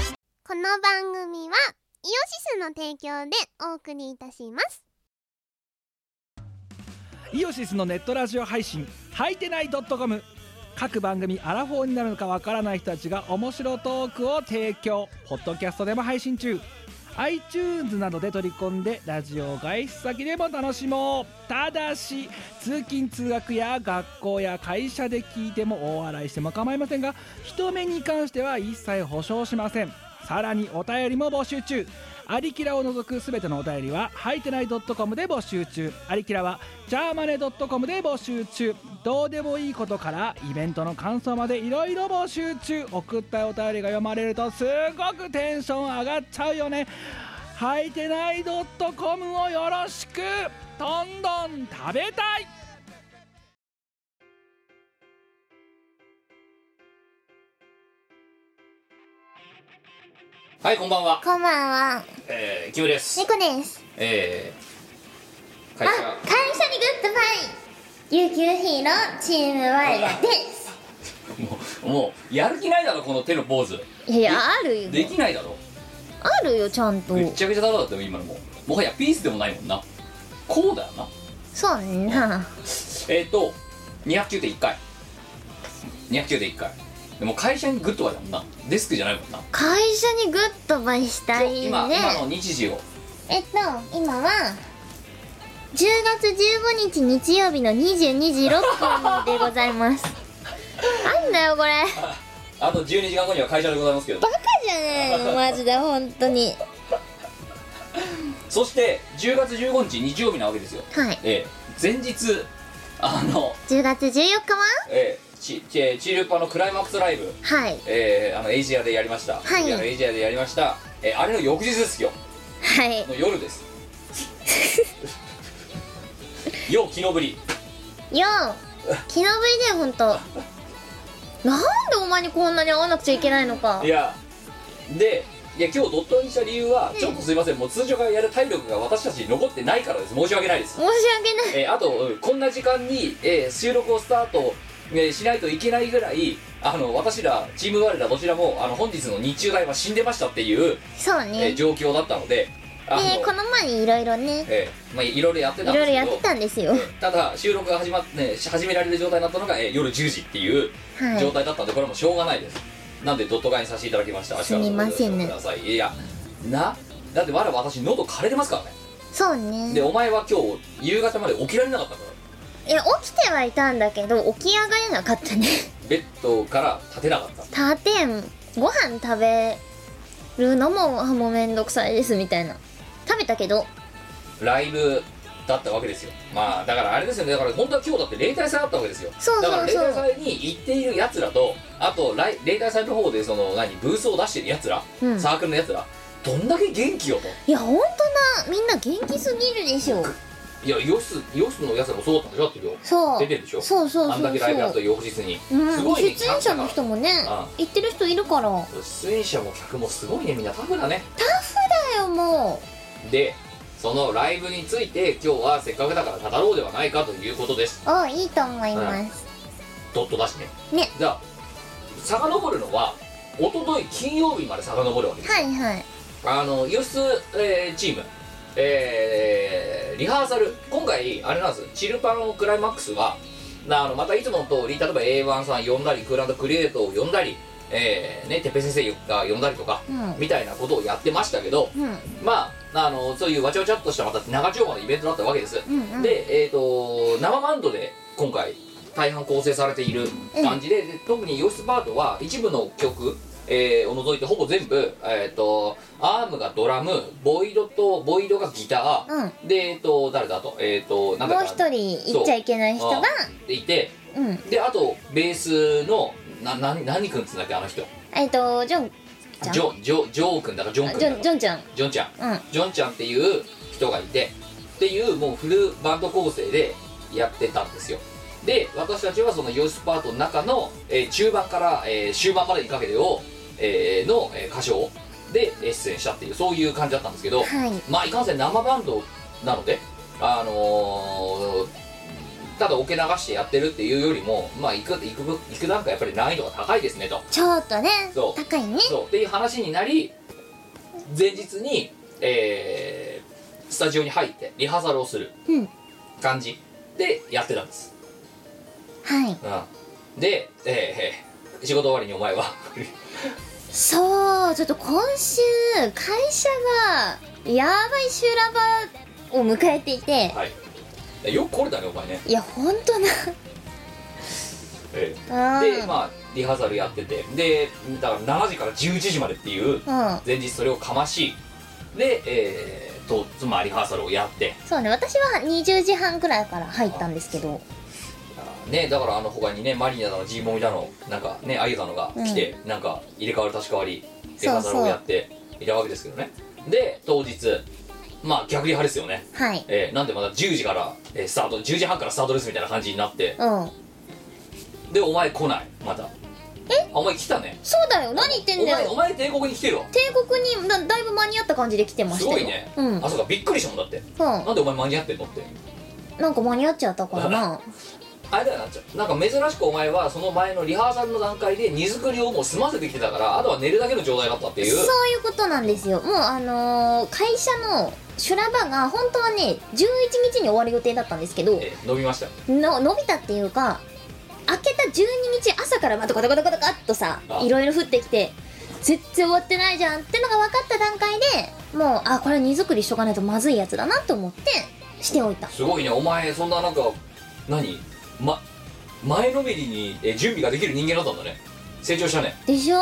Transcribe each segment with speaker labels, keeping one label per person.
Speaker 1: の番組はイオシスの提供でお送りいたします
Speaker 2: イオシスのネットラジオ配信「はいてない .com」各番組アラフォーになるのかわからない人たちが面白トークを提供ポッドキャストでも配信中 iTunes などで取り込んでラジオ外出先でも楽しもうただし通勤通学や学校や会社で聞いても大笑いしても構いませんが人目に関しては一切保証しませんさらにお便りも募集中アリキラを除くすべてのお便りは、はいてない .com で募集中。アリキラは、ジャーマネ .com で募集中。どうでもいいことから、イベントの感想までいろいろ募集中。送ったお便りが読まれると、すごくテンション上がっちゃうよね。はいてない .com をよろしくどんどん食べたい
Speaker 3: はい、こんばんは。
Speaker 1: こんばんは
Speaker 3: えー、キムです。
Speaker 1: 猫です
Speaker 3: えー、会
Speaker 1: あ会、
Speaker 3: 社
Speaker 1: 社にグッドバイ琉球ヒーローチームワイラです
Speaker 3: もう、もう、やる気ないだろ、この手のポーズ。
Speaker 4: いやいやあるよ
Speaker 3: できないだろ。
Speaker 4: あるよちゃんと
Speaker 3: ぐっちゃぐちゃだろ、だって今のもう。もはやピースでもないもんな。こうだよな。
Speaker 4: そうねんな
Speaker 3: えっ、ー、と、209.1回。209.1回。でも会社にグッとかだもんな。デスクじゃないもんな。
Speaker 4: 会社にグッドバイしたいね
Speaker 3: 今、今の日時を。
Speaker 1: えっと今は
Speaker 4: 10月15日日曜日の22時6分でございますなんだよこれ
Speaker 3: あと12時間後には会社でございますけど
Speaker 4: バ。カじゃないのマジで本当に
Speaker 3: そして、10月15日日曜日なわけですよ。
Speaker 4: はい
Speaker 3: えー、前日、あの、
Speaker 4: 10月14日は
Speaker 3: えー、ち、ちえーチールパのクライマックスライブ。
Speaker 4: はい
Speaker 3: えー、あのエイジアでやりました、
Speaker 4: はい
Speaker 3: エイジアのエイジアでやりました、えーあれの翌日ですよ
Speaker 4: はい
Speaker 3: の夜 ですよう昨日ぶり
Speaker 4: よう昨日ぶりだよ本当なんでお前にこんなに会わなくちゃいけないのか
Speaker 3: いやでいや今日ドットにした理由は、ちょっとすいませんもう通常からやる体力が私たちに残ってないからです申し訳ないです
Speaker 4: 申し訳ない
Speaker 3: えーあとうんこんな時間に、えー収録をスタート、えーしないといけないぐらいあの私らチーム我らどちらもあの本日の日中代は死んでましたっていう、
Speaker 4: そう
Speaker 3: えー
Speaker 4: ねで
Speaker 3: 状況だったのであの、
Speaker 4: この前にいろいろね
Speaker 3: えーまあ、いろいろやって
Speaker 4: い
Speaker 3: たん
Speaker 4: ろ
Speaker 3: で
Speaker 4: いろ
Speaker 3: すけ
Speaker 4: や
Speaker 3: ど
Speaker 4: ってたんですよ
Speaker 3: ただ収録が始まって、ね、し始められる状態になったのが、えー夜10時っていう
Speaker 4: はい
Speaker 3: 状態だったんで、これはもうしょうがないですなんでドット買いにさせていただきました
Speaker 4: すみませんね
Speaker 3: 明日からご了承くださいいやなだってまだ私喉枯れてますからね、
Speaker 4: そうね
Speaker 3: でお前は今日夕方まで起きられなかったから
Speaker 4: いや起きてはいたんだけど起き上がれなかった ね
Speaker 3: ベッドから立てなかった
Speaker 4: 他店ご飯食べるのもあもうめんどくさいですみたいな食べたけど
Speaker 3: ライブだったわけですよまあだからあれですよねだから本当は今日だって例大祭あったわけですよ
Speaker 4: そうそうそう
Speaker 3: だから例大祭に行っているやつらとあとライ例大祭の方でその何ブースを出してるやつら、
Speaker 4: うん
Speaker 3: サークルのやつらどんだけ元気よと
Speaker 4: いやほんとなみんな元気すぎるでしょ
Speaker 3: いや洋室洋室のやつらもそうだったんでしょだって今日
Speaker 4: そう
Speaker 3: 出てるでしょ
Speaker 4: そうそう
Speaker 3: あん
Speaker 4: そ
Speaker 3: だ
Speaker 4: う
Speaker 3: けライブやっ
Speaker 4: そ
Speaker 3: た
Speaker 4: う
Speaker 3: 翌日に、
Speaker 4: う
Speaker 3: す
Speaker 4: ん
Speaker 3: ごいね
Speaker 4: 出演者の人もね
Speaker 3: あ
Speaker 4: 行ってる人いるからだ
Speaker 3: 出演者も客もすごいねみんなタフだね
Speaker 4: よも
Speaker 3: でそのライブについて今日はせっかくだから語ろうではないかということです
Speaker 4: うおいいと思います
Speaker 3: ドットだしね
Speaker 4: ね
Speaker 3: じゃあ遡るのは一昨日金曜日まで遡るわけです、
Speaker 4: はいはい
Speaker 3: あの輸出、えーチームえーリハーサル今回あれなんですチルパのクライマックスはなあのまたいつもの通り例えば A1 さん呼んだりクーランドクリエイトを呼んだりえーねてっぺい先生が呼んだりとか、
Speaker 4: うん
Speaker 3: みたいなことをやってましたけど
Speaker 4: うん
Speaker 3: まああのそういうわちゃわちゃっとしたまた長丁場のイベントだったわけです、
Speaker 4: うんうん
Speaker 3: でえっ、と生バンドで今回大半構成されている感じで,で、特にヨシスパートは一部の曲、えーを除いてほぼ全部、えー、とアームがドラムボイドとボイドがギター、
Speaker 4: うん
Speaker 3: でえっ、と誰だあとえっ、となん
Speaker 4: も
Speaker 3: だ
Speaker 4: う一人行っちゃいけない人が
Speaker 3: いて
Speaker 4: うん
Speaker 3: であとベースのなな何君っつうんだっけあの人
Speaker 4: えっとジョンちゃん
Speaker 3: ジョンジョジョー君だかジョン
Speaker 4: あ
Speaker 3: 君
Speaker 4: ジ
Speaker 3: だ
Speaker 4: ョ
Speaker 3: か
Speaker 4: ンジョンちゃん
Speaker 3: ジョンちゃん
Speaker 4: うん
Speaker 3: ジョンちゃんっていう人がいてっていうもうフルバンド構成でやってたんですよで私たちはそのヨシスパートの中の、えー中盤から、えー終盤までにかけてを、えーの、えー歌唱でえー出演したっていうそういう感じだったんですけど、
Speaker 4: はい
Speaker 3: まあいかんせん生バンドなのであのーただオケ流してやってるっていうよりもまあいくいくぶいく段階やっぱり難易度が高いですねと
Speaker 4: ちょっとね
Speaker 3: そう
Speaker 4: 高いね
Speaker 3: そうっていう話になり前日に、えースタジオに入ってリハーサルをする
Speaker 4: うん
Speaker 3: 感じでやってたんです、
Speaker 4: はい
Speaker 3: うん、で、えーえー仕事終わりにお前は
Speaker 4: そうちょっと今週会社がやばい修羅場を迎えていて
Speaker 3: はいよく来れたねお前ね、
Speaker 4: いやほんと
Speaker 3: え
Speaker 4: な
Speaker 3: ー
Speaker 4: うん
Speaker 3: でまあリハーサルやっててでだから7時から11時までっていう
Speaker 4: うん
Speaker 3: 前日それをかましでえーとつまりリハーサルをやって
Speaker 4: そうね私は20時半くらいから入ったんですけど
Speaker 3: あーねだからあの他にねマリナだのジーモミだのなんかねあゆだのが来て、なんか入れ替わる立ち替わりリハーサルをやっていたわけですけどねで当日まあ逆リハですよね、
Speaker 4: はい
Speaker 3: えーなんでまだ10時から、えースタート10時半からスタートですみたいな感じになって
Speaker 4: うん
Speaker 3: でお前来ないまたえお前来たね
Speaker 4: そうだよ何言ってん
Speaker 3: お
Speaker 4: だ
Speaker 3: 前
Speaker 4: よ
Speaker 3: お前帝国に来てるわ
Speaker 4: 帝国にだだいぶ間に合った感じで来てますしたよ
Speaker 3: ごいね、
Speaker 4: うん、うん
Speaker 3: あ、そうかびっくりしたもんだってなんでお前間に合ってんのって
Speaker 4: なんか間に合っちゃったからな
Speaker 3: あれだよなっちゃうなんか珍しくお前はその前のリハーサルの段階で荷造りをもう済ませてきてたからあとは寝るだけの状態だったってい
Speaker 4: そうういうことなんですよもうあのー会社の修羅場が本当はね11日に終わる予定だったんですけど
Speaker 3: えー飲みましたよ
Speaker 4: の伸びたっていうか明けた12日朝からまたガタガタガタガッとさ
Speaker 3: あ
Speaker 4: いろいろ降ってきて全然終わってないじゃんってのが分かった段階でもうあこれ荷造りしとかないとまずいやつだなと思ってしておいた
Speaker 3: すごいねお前そんななんか何ま前のめりにえー準備ができる人間だったんだね成長したね
Speaker 4: でしょ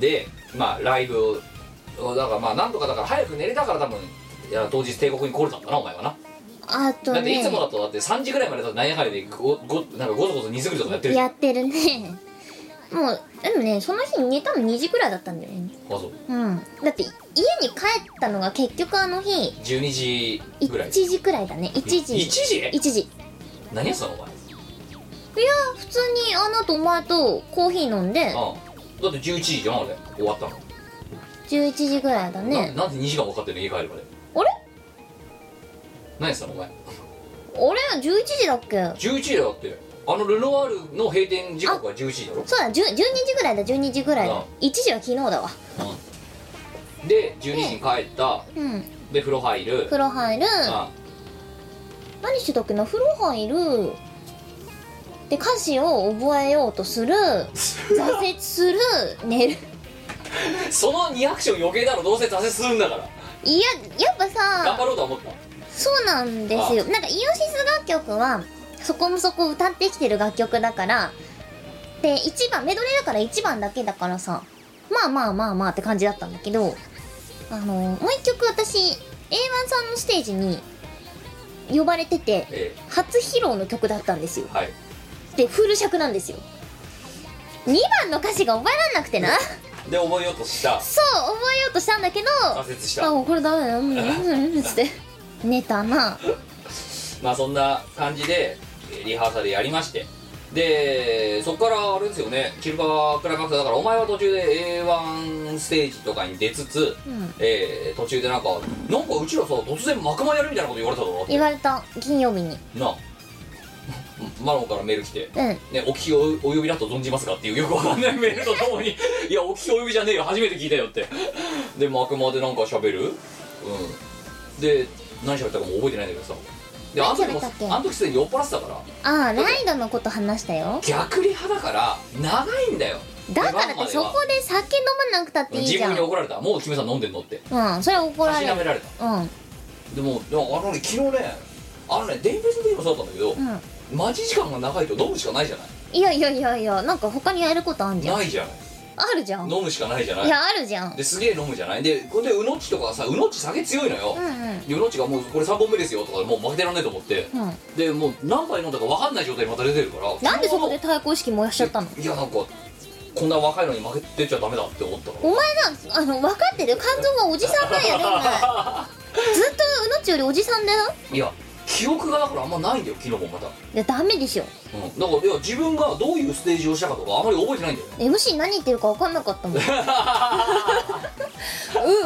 Speaker 3: でまあライブをだからまあなんとかだから早く寝れたから多分いや当日帝国に来れたんだなお前はな
Speaker 4: あと
Speaker 3: だってい
Speaker 4: ね
Speaker 3: つもだとだって3時ぐらいまでだと何やかんやでごごなんかごそごそ荷造りとかやってるじゃん
Speaker 4: やってるねもうでもねその日寝たの2時くらいだったんだよね
Speaker 3: あそう
Speaker 4: うんだって家に帰ったのが結局あの日
Speaker 3: 12時ぐら
Speaker 4: 1
Speaker 3: い
Speaker 4: 時くらいだね1時
Speaker 3: 1時
Speaker 4: 1時い
Speaker 3: 何やってたのお前
Speaker 4: や普通にあの後お前とコーヒー飲んで
Speaker 3: うんだって11時じゃんあれ終わったの、
Speaker 4: 11時ぐらいだね
Speaker 3: ななんで2時間分かってるの家帰るまで
Speaker 4: あれ
Speaker 3: 何やってたのお前
Speaker 4: 俺は11時だっけ
Speaker 3: 11時だよってあのルノワールの閉店時刻は11時だろ
Speaker 4: そうだ10 12時ぐらいだ12時ぐらい
Speaker 3: あ
Speaker 4: だ1時は昨日だわ
Speaker 3: で12時に帰った
Speaker 4: うん
Speaker 3: で風呂入る
Speaker 4: 風呂入る
Speaker 3: あ
Speaker 4: 何してたっけな風呂入るで歌詞を覚えようとす る挫折する寝る
Speaker 3: その2アクション余計だろどうせ挫折するんだから
Speaker 4: いややっぱ
Speaker 3: 頑
Speaker 4: さ
Speaker 3: 張ろうとは思った
Speaker 4: そうなんですよなんかイオシス楽曲はそこもそこ歌ってきてる楽曲だからで1番メドレーだから1番だけだからさまあまあまあまあって感じだったんだけどあのもう一曲私 A1 さんのステージに呼ばれてて
Speaker 3: え
Speaker 4: 初披露の曲だったんですよ
Speaker 3: えはい
Speaker 4: でフル尺なんですよ2番の歌詞が覚えらんなくてな
Speaker 3: で覚えようとした
Speaker 4: そう覚えようとしたんだけど
Speaker 3: 挫折した
Speaker 4: あもうこれダメだようんうんうんつ って寝たな
Speaker 3: まあそんな感じでえーリハーサルやりましてでそこからあれですよねキルバークライマックスだからお前は途中で A1 ステージとかに出つつ、
Speaker 4: うん
Speaker 3: えー途中でなんかなんかうちらさ突然幕間やるみたいなこと言われただろ
Speaker 4: 言われた金曜日に
Speaker 3: な あマロンからメール来て
Speaker 4: うん
Speaker 3: ね、お聞きおお呼びだと存じますかっていうよくわかんない メールとともに「いやお聞きお呼びじゃねえよ初めて聞いたよ」ってで幕間でなんか喋るうんで何喋ったかも覚えてないんだけどさであの時
Speaker 4: 何
Speaker 3: も
Speaker 4: 喋ったっけ
Speaker 3: あの時すでに酔っ払ってたから
Speaker 4: ああライドのこと話したよ
Speaker 3: 逆リハだから長いんだよ
Speaker 4: だから
Speaker 3: 出番
Speaker 4: っ
Speaker 3: ま
Speaker 4: て
Speaker 3: で
Speaker 4: そ
Speaker 3: は
Speaker 4: こで酒飲まなくたっていい
Speaker 3: 自
Speaker 4: じゃ
Speaker 3: 分
Speaker 4: ん
Speaker 3: に怒られたもうキムさん飲んでんのって
Speaker 4: うんそれは怒ら
Speaker 3: 足
Speaker 4: れ
Speaker 3: な
Speaker 4: る
Speaker 3: められた
Speaker 4: うんうん
Speaker 3: でもでもあのね昨日ねあのねデイブスデイもそうだったんだけど、待ち時間が長いと飲むしかないじゃない
Speaker 4: いやいやいやいやなんか他にやることあんじゃん
Speaker 3: ないじゃない
Speaker 4: あるじゃん
Speaker 3: 飲むしかないじゃない
Speaker 4: いやあるじゃんうん
Speaker 3: ですげえ飲むじゃないでこれでうのっちとかはさうのっち酒強いのよ、
Speaker 4: うん
Speaker 3: でうのっちがもうこれ3本目ですよとかでもう負けてらんないと思って
Speaker 4: うん
Speaker 3: でもう何杯飲んだか分かんない状態でまた出てるから
Speaker 4: なんでそこで対抗意識燃やしちゃったの
Speaker 3: いやなんかこんな若いのに負けてちゃダメだって思ったか
Speaker 4: お前なあの分かってるよ肝臓がおじさんなんやでお 前ずっとうのっちよりおじさんだよ
Speaker 3: らいや記憶がだからあんまないんだよ昨日もまた、
Speaker 4: いやダメでしょ
Speaker 3: うん、だからいや自分がどういうステージをしたかとかあんまり覚えてないんだよ
Speaker 4: MC 何言ってるか分かんなか ったもんううう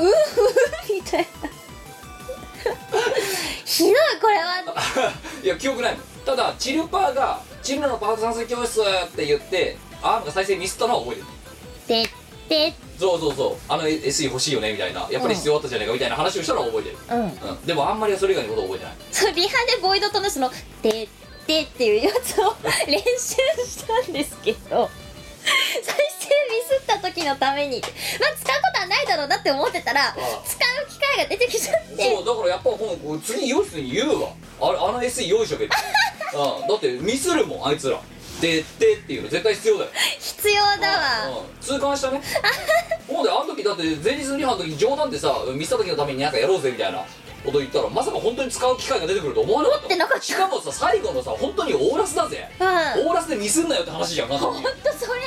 Speaker 4: うみたいなひどいこれはい
Speaker 3: や記憶ないもんただチルパーが「チルのパート算数教室」って言ってアームが再生ミスったのは覚えてる
Speaker 4: てって
Speaker 3: そうそうそうあの SE 欲しいよねみたいなやっぱり必要あったじゃないかみたいな話をしたら覚えてる、
Speaker 4: うん
Speaker 3: うん、でもあんまりそれ以外のこと覚えてない
Speaker 4: そうリハでボイドとのその「てって」っていうやつを練習したんですけど再生ミスった時のためにまあ使うことはないだろうなって思ってたら使
Speaker 3: あ
Speaker 4: う機会が出てきちゃって
Speaker 3: そうだからやっぱもう次用意するに言うわあれあの SE 用意しとけって、うん、だってミスるもんあいつらでってっていうの絶対必要だよ
Speaker 4: 必要だわ
Speaker 3: うん痛感したねほんであの時だって前日のリハの時冗談でさ見せた時のためになんかやろうぜみたいなこと言ったらまさか本当に使う機会が出てくると思わなかっ
Speaker 4: 思
Speaker 3: た
Speaker 4: ってなかった
Speaker 3: しかもさ最後のさ本当にオーラスだぜ、
Speaker 4: うん
Speaker 3: オーラスでミスんなよって話じゃんな
Speaker 4: ほんとそれ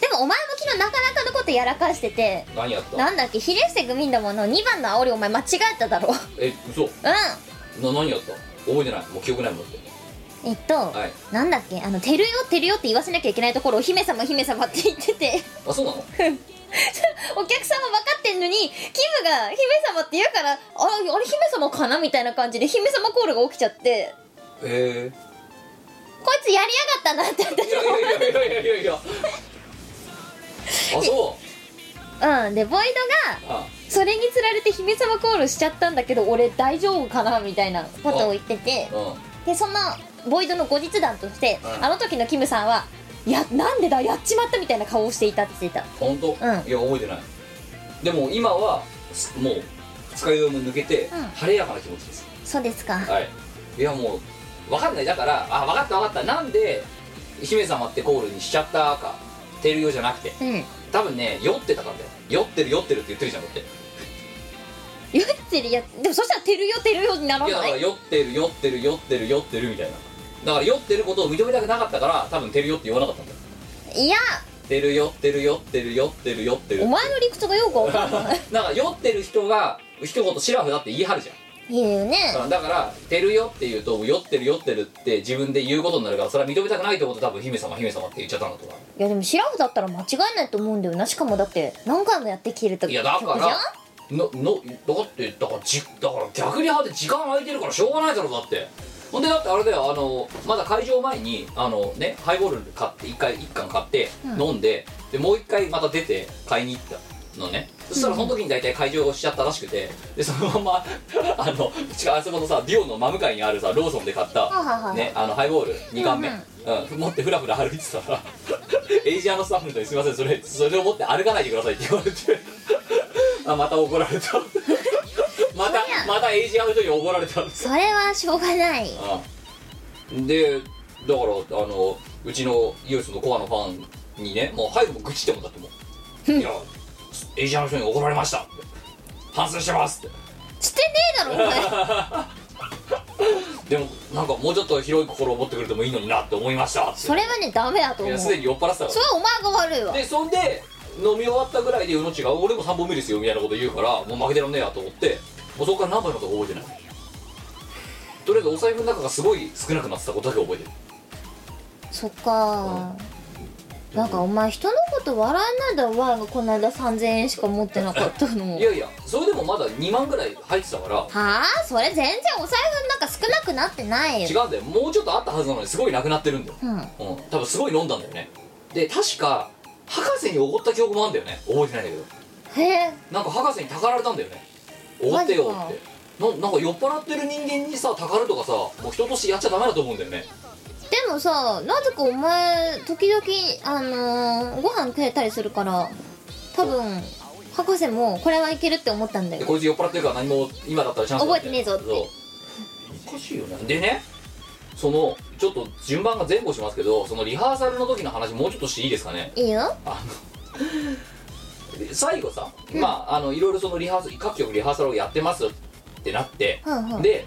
Speaker 4: でもお前も昨日なかなかのことやらかしてて
Speaker 3: 何やった
Speaker 4: なんだっけひれ伏せ組んだもの2番の煽りお前間違えただろう
Speaker 3: え嘘
Speaker 4: ん
Speaker 3: な何やった覚えてないもう記憶ないもんだって
Speaker 4: えっと、
Speaker 3: はい
Speaker 4: なんだっけあの「てるよてるよ」って言わせなきゃいけないところを「姫様姫様」って言ってて
Speaker 3: あそうなの
Speaker 4: お客様分かってんのにキムが「姫様」って言うから「ああれ姫様かな?」みたいな感じで姫様コールが起きちゃって
Speaker 3: へえ
Speaker 4: こいつやりやがったなって
Speaker 3: いやいやいやいやいやいやあそ
Speaker 4: 私うんでボイドが
Speaker 3: うあ
Speaker 4: それにつられて姫様コールしちゃったんだけど俺大丈夫かなみたいなことを言ってて
Speaker 3: うん
Speaker 4: でそんなボイドの後日談として
Speaker 3: うん
Speaker 4: あの時のキムさんは「いやなんでだやっちまった」みたいな顔をしていたって言ってた
Speaker 3: 本当、いや覚えてないでも今はすもう使いようも抜けて、
Speaker 4: うん
Speaker 3: 晴れやかな気持ちです
Speaker 4: そうですか
Speaker 3: はいいやもう分かんないだからあ分かった分かったなんで姫様ってコールにしちゃったかてるようじゃなくて
Speaker 4: うん
Speaker 3: 多分ね酔ってたからだよ酔ってる酔ってるって言ってるじゃんだって
Speaker 4: 酔ってるやつでもそしたら「てるよてるよ」にないら
Speaker 3: やだ
Speaker 4: な
Speaker 3: から
Speaker 4: い
Speaker 3: 酔ってる酔ってる酔ってる酔ってるみたいなだから酔ってることを認めたくなかったから多分てるよって言わなかったんだよ
Speaker 4: いや
Speaker 3: てる酔ってる酔ってる酔ってる酔ってる
Speaker 4: お前の理 屈がよくわかんない
Speaker 3: なんか酔ってる人が一言シラフだって言い張るじゃん
Speaker 4: 言うね
Speaker 3: うんだから「てるよ」って言うと「酔ってる酔ってる」って自分で言うことになるからそれは認めたくないってことで多分姫様姫様って言っちゃったんだと思
Speaker 4: いやでもシラフだったら間違いないと思うんだよなしかもだって何回もやってきてると
Speaker 3: ういやだ
Speaker 4: 曲じゃ
Speaker 3: か
Speaker 4: ん
Speaker 3: らののだってだからじだから逆に派で時間空いてるからしょうがないだろうだってほんでだってあれだよあのまだ会場前にあのねハイボール買って1回一缶買って
Speaker 4: うん
Speaker 3: 飲んで、でもう1回また出て買いに行ったのねそしたらその時に大体会場をしちゃったらしくてでそのままあの近あそこのさディオンの真向かいにあるさローソンで買った
Speaker 4: はいはいはい
Speaker 3: ね、あのハイボール2缶目、
Speaker 4: う
Speaker 3: うんん持ってフラフラ歩いてたら エイジアのスタッフの人に「すいませんそれそれを持って歩かないでください」って 言われてあまた怒られた また
Speaker 4: そりゃ
Speaker 3: またエイジアの人に怒られたんです
Speaker 4: それはしょうがない
Speaker 3: うんでだからあのうちのユースのコアのファンにねもう早くも愚痴ってもんだってもう「いやエイジアの人に怒られました」って「反省してます」って
Speaker 4: してねえだろお前
Speaker 3: でもなんかもうちょっと広い心を持ってくれてもいいのになって思いましたって
Speaker 4: それはねダメだと
Speaker 3: い
Speaker 4: 思う
Speaker 3: やす
Speaker 4: それ
Speaker 3: でに酔っ払ってたから
Speaker 4: はお前が悪いわ
Speaker 3: でそんで飲み終わったぐらいでうのちが「俺も3本目ですよ」みたいなこと言うからもう負けてらんねえやと思ってもうそこから何杯のことか覚えてないとりあえずお財布の中がすごい少なくなってたことだけ覚えてる
Speaker 4: そっかなんかお前人のこと笑えないだろ我がこの間3000円しか持ってなかったの
Speaker 3: いやいやそれでもまだ2万ぐらい入ってたから
Speaker 4: はあそれ全然お財布なんか少なくなってないよ
Speaker 3: 違うんだよもうちょっとあったはずなのにすごいなくなってるんだよ、
Speaker 4: うん
Speaker 3: うん、多分すごい飲んだんだよねで確か博士におごった記憶もあるんだよね覚えてないんだけど
Speaker 4: へえ
Speaker 3: なんか博士にたかられたんだよねおごってよ
Speaker 4: マ
Speaker 3: っ
Speaker 4: ジ
Speaker 3: てななんか酔っ払ってる人間にさたかるとかさもう人としてやっちゃダメだと思うんだよね
Speaker 4: でもさなぜかお前時々あのー、ご飯くれたりするから多分博士もこれはいけるって思ったんだ
Speaker 3: で
Speaker 4: よ
Speaker 3: こいつ酔っ払ってるから何も今だったらチャンスだ
Speaker 4: 覚えてねえぞって
Speaker 3: そうおかしいよねでねそのちょっと順番が前後しますけどそのリハーサルの時の話もうちょっとしていいですかね
Speaker 4: いいよ
Speaker 3: あので最後さ、まああのいろいろそのリハーサル各局リハーサルをやってますってなって、
Speaker 4: うんうん
Speaker 3: で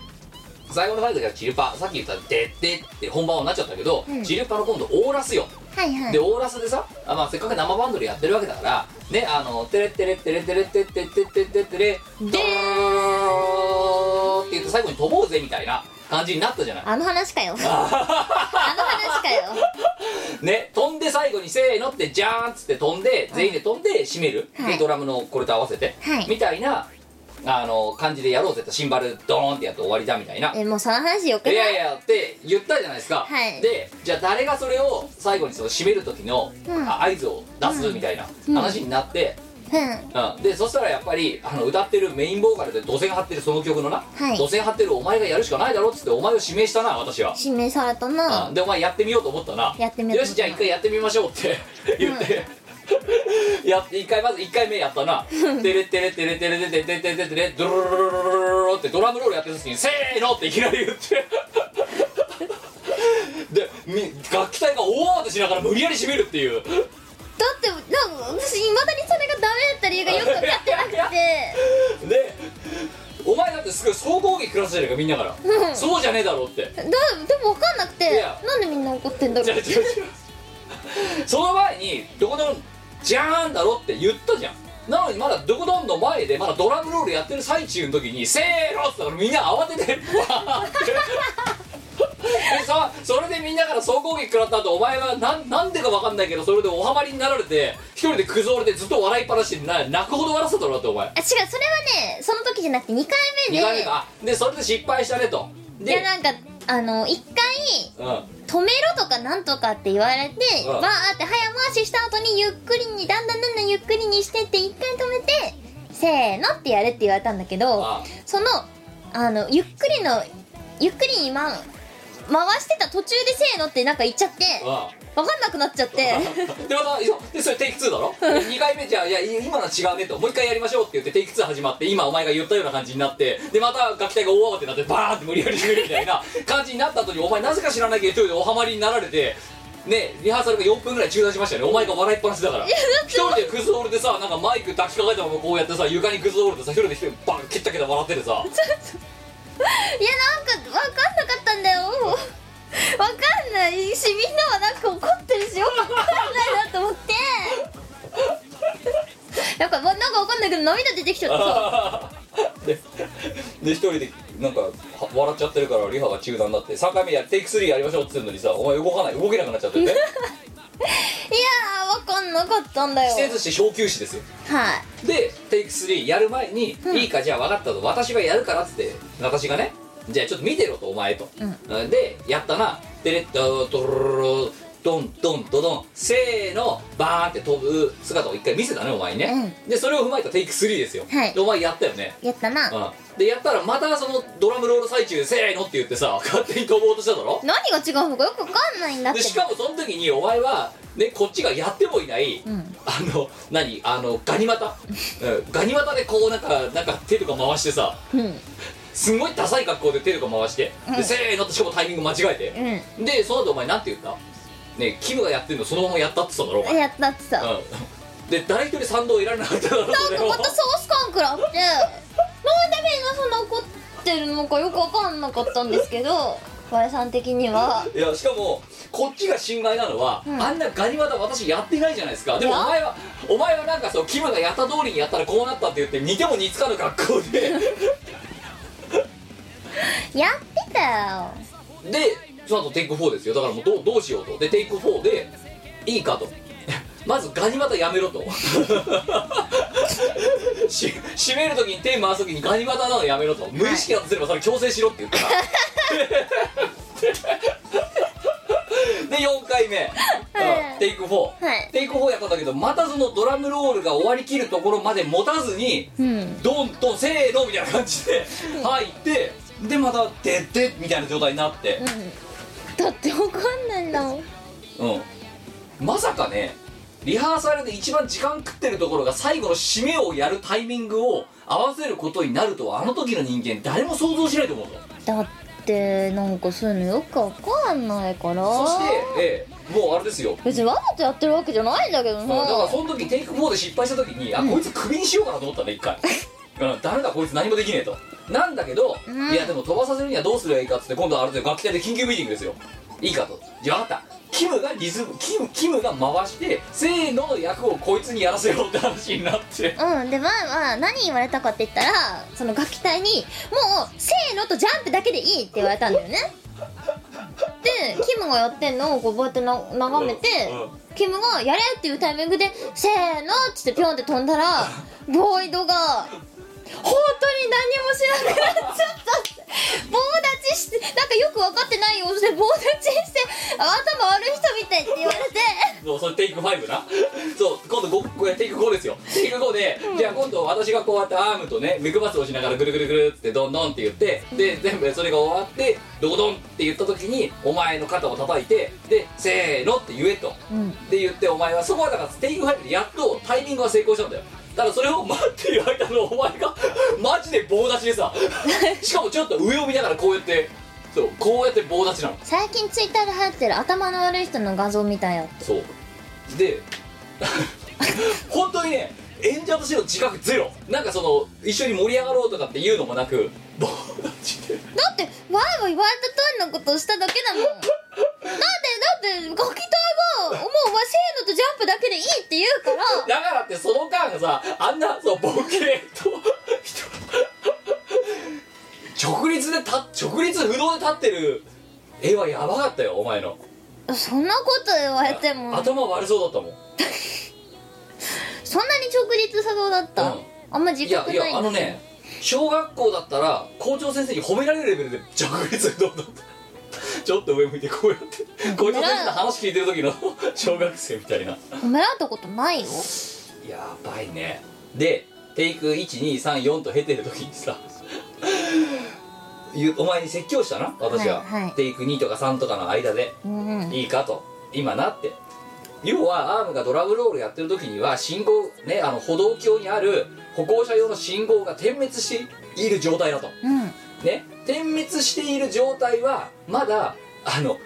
Speaker 3: 最後の最後がチルパさっき言った「でって」って本番はなっちゃったけど、
Speaker 4: うん
Speaker 3: チルパの今度オーラスよ
Speaker 4: はいは
Speaker 3: で
Speaker 4: い
Speaker 3: オーラスでさあ、まあ、せっかく生バンドでやってるわけだからねあの「テレッテレッテレッテレッテッテッテッテッテッテレドーンって言って最後に飛ぼうぜみたいな感じになったじゃない
Speaker 4: あの話 かよあの話かよ
Speaker 3: ね飛んで最後にせーのってジャーンっつって飛んで全員で飛んで締める、
Speaker 4: はい
Speaker 3: でドラムのこれと合わせて、
Speaker 4: はい
Speaker 3: みたいなあの感じでやろうぜとシンバルドーンってやって終わりだみたいな
Speaker 4: えもうその話よく
Speaker 3: い
Speaker 4: ない
Speaker 3: やいやって言ったじゃないですか、
Speaker 4: はい
Speaker 3: でじゃあ誰がそれを最後にその締める時の、
Speaker 4: うん
Speaker 3: あ合図を出すみたいな話になって、
Speaker 4: うん
Speaker 3: うんでそしたらやっぱりあの歌ってるメインボーカルで土線張ってるその曲のな、
Speaker 4: はい
Speaker 3: 土線張ってるお前がやるしかないだろっつってお前を指名したな私は、
Speaker 4: 指名された
Speaker 3: う
Speaker 4: なん
Speaker 3: でお前やってみようと思ったな
Speaker 4: やってみようと思
Speaker 3: よし
Speaker 4: った
Speaker 3: じゃあ一回やってみましょうって言って、やって一回まず1回目やったな「テレテレテレテレテレテレテレテレドロロロロロロロ」ってドラムロールやってる時に「せーの!」っていきなり言ってでみ楽器隊が大慌てしながら無理やり締めるってい
Speaker 4: だ
Speaker 3: う
Speaker 4: ってなんか私いまだにそれがダメだった理由がよく分かってなくて
Speaker 3: でお前だってすごい総攻撃食らってたじゃないかみんなから、
Speaker 4: うん
Speaker 3: そうじゃねえだろうって
Speaker 4: だでも分かんなく
Speaker 3: い
Speaker 4: て
Speaker 3: や
Speaker 4: なんでみんな怒ってんだ
Speaker 3: じゃ
Speaker 4: ろ
Speaker 3: あ違
Speaker 4: う
Speaker 3: う違うその前に「どこどんじゃーん」だろって言ったじゃんなのにまだ「どこどん」の前でまだドラムロールやってる最中の時に「せーの!」っつったからみんな慌て てバーってでそそれでみんなから総攻撃食らった後お前はなんなんでか分かんないけどそれでおはまりになられて一人でくず折れてずっと笑いっぱなしでな泣くほど笑ってただろうってお前
Speaker 4: あ違うそれはねその時じゃなくて2回目
Speaker 3: 二
Speaker 4: で
Speaker 3: 回目かでそれで失敗したねと
Speaker 4: いや
Speaker 3: で
Speaker 4: なんかあの1回
Speaker 3: うんうん
Speaker 4: 止めろとかなんとかって言われて
Speaker 3: うん
Speaker 4: バーって早回しした後にゆっくりにだんだんだんだんゆっくりにしてって1回止めてせーのってやれって言われたんだけど
Speaker 3: あ
Speaker 4: そのあのゆっくりのゆっくり今回してた途中でせーのってなんか言っちゃって分かんなくなっちゃ って
Speaker 3: でまたそうでそれテイク2だろ2回目じゃあいやい今のは違うねともう一回やりましょうって言ってテイク2始まって今お前が言ったような感じになってでまた楽器隊が大慌てになってバーンって無理やり締めるみたいな感じになった後にお前なぜか知らないけど一人でおはまりになられてねリハーサルが4分ぐらい中断しましたよねお前が笑いっぱなしだから一人でクズ折れてさなんかマイク抱きかかえたままこうやってさ床にクズ折れてさ一人で一人バン蹴ったけど笑っててさ
Speaker 4: いやなんか分かんなかったんだよ分かんないしみんなはなんか怒ってるしよく分かんないなと思 ってやっぱなんか分かんないけど涙出てきちゃってさ
Speaker 3: でで一人でなんかは笑っちゃってるからリハが中断になって3回目やテイク3やりましょうっつってんのにさお前動かない動けなくなっちゃ ってて
Speaker 4: いやー分かんなかったんだよ
Speaker 3: 施設して小休止ですよ
Speaker 4: はい
Speaker 3: でテイク3やる前に「
Speaker 4: ん
Speaker 3: いいかじゃあ分かったと私がやるから」っつって私がね「じゃあちょっと見てろとお前と」でやったなテレッドドロロロドンドンドドンせーのバーンって飛ぶ姿を一回見せたねお前にね、でそれを踏まえたテイク3ですよ、
Speaker 4: はい
Speaker 3: でお前やったよね
Speaker 4: やったな
Speaker 3: うんでやったらまたそのドラムロール最中「せーの」って言ってさ 勝手に飛ぼうとしただろ
Speaker 4: 何が違うのかよく分かんないんだっ
Speaker 3: で
Speaker 4: て
Speaker 3: しかもその時にお前はねこっちがやってもいない、
Speaker 4: ん
Speaker 3: あの何あのガニ股、うん、ガニ股でこうなんかなんか手とか回してさ
Speaker 4: うんうん
Speaker 3: すごいダサい格好で手とか回して、
Speaker 4: う
Speaker 3: で
Speaker 4: ん
Speaker 3: せーのってしかもタイミング間違えて、でその後お前なんて言ったねキムがやってるのそのままやったって言ったんだろお前、
Speaker 4: やったってさ
Speaker 3: うん、で誰一人賛同いられなかっただろ
Speaker 4: な
Speaker 3: そ
Speaker 4: ん
Speaker 3: れ
Speaker 4: か
Speaker 3: を
Speaker 4: またソース感食らってなんでみんなそんな怒ってるのかよく分かんなかったんですけど我さん的にはい
Speaker 3: やしかもこっちが心外なのは、
Speaker 4: うん
Speaker 3: あんなガニ股私やってないじゃないですかでも
Speaker 4: いや
Speaker 3: お前はお前はなんかそうキムがやった通りにやったらこうなったって言って似ても似つかぬ格好で
Speaker 4: やってた
Speaker 3: でその後テイク4ですよだからもうどうどうしようとでテイク4でいいかとまずガニ股やめろと し締める時に手回す時にガニ股なのやめろと無意識だとすればそれ強制しろって言ったら で4回目、うんテイク4、
Speaker 4: はい
Speaker 3: テイク4やったんだけどまたそのドラムロールが終わりきるところまで持たずに
Speaker 4: ようん
Speaker 3: ドンとせーのみたいな感じで入ってでまた「でで」みたいな状態になって、
Speaker 4: だって分かんないんだもん
Speaker 3: うん、まさかねリハーサルで一番時間食ってるところが最後の締めをやるタイミングを合わせることになるとはあの時の人間誰も想像しないと思うぞ
Speaker 4: だってなんかそういうのよく分かんないから
Speaker 3: そして、ええもうあれですよ
Speaker 4: 別にわざとやってるわけじゃないんだけど
Speaker 3: うんだから
Speaker 4: な
Speaker 3: その時テイク4で失敗した時に、あこいつクビにしようかなと思ったね一回うんダメだこいつ何もできねえとなんだけど、
Speaker 4: うん
Speaker 3: いやでも飛ばさせるにはどうすればいいかっつって今度はあれで楽器隊で緊急ミーティングですよいいかとじゃあ分かったキムがリズムキムキムが回してせーのの役をこいつにやらせようって話になって
Speaker 4: うんでまあまあ何言われたかって言ったらその楽器隊に「もうせーのとジャンプだけでいい」って言われたんだよねでキムがやってんのをこうこうやってな眺めて
Speaker 3: うん
Speaker 4: キムが「やれ!」っていうタイミングで「せーの!」っつってピョンって飛んだらボイドが「本当にに何にもしなくなっちゃった棒立ちしてなんかよく分かってない様子で棒立ちしてあ頭悪い人みたいって言われて
Speaker 3: そうそれテイク5なそう今度ごこれテイク5ですよテイク5で、じゃあ今度私がこうやってアームとね目くばせをしながらぐるぐるぐるってどんどんって言ってで全部それが終わってドドンって言った時にお前の肩を叩いてでせーのって言えと
Speaker 4: うん
Speaker 3: って言ってお前はそこはだからテイク5でやっとタイミングは成功したんだよただそれを待ってる間のお前がマジで棒立ちで さしかもちょっと上を見ながらこうやってそうこうやって棒立ちなの
Speaker 4: 最近ツイッターで流行ってる頭の悪い人の画像見たよ
Speaker 3: そうで 本当にね演者としての自覚ゼロなんかその一緒に盛り上がろうとかっていうのもなく 棒立ちで
Speaker 4: だってワイは言われた通りのことをしただけだもんだってだってガキ隊がもうお前せーのとジャンプだけでいいって言うから
Speaker 3: だからってその間さあんなそうボケと人直立で立直立不動で立ってる絵はやばかったよお前の
Speaker 4: そんなこと言われても
Speaker 3: 頭悪そうだったもん
Speaker 4: そんなに直立作動だった、
Speaker 3: うん
Speaker 4: あんま自
Speaker 3: いや
Speaker 4: 覚
Speaker 3: い
Speaker 4: ない
Speaker 3: やあ
Speaker 4: ん
Speaker 3: の
Speaker 4: ですよ
Speaker 3: ね小学校だったら校長先生に褒められるレベルで直立不動だったちょっと上向いてこうやって校長先生の話聞いてる時の小学生みたいな
Speaker 4: 褒められたことないよ
Speaker 3: やばいねでテイク1234と経てる時にさ言うお前に説教したな私は、
Speaker 4: はいはい
Speaker 3: テイク2とか3とかの間で、
Speaker 4: うん
Speaker 3: いいかと今なって要はアームがドラムロールやってる時には信号ねあの歩道橋にある歩行者用の信号が点滅している状態だと
Speaker 4: うん
Speaker 3: ね点滅している状態はまだあのか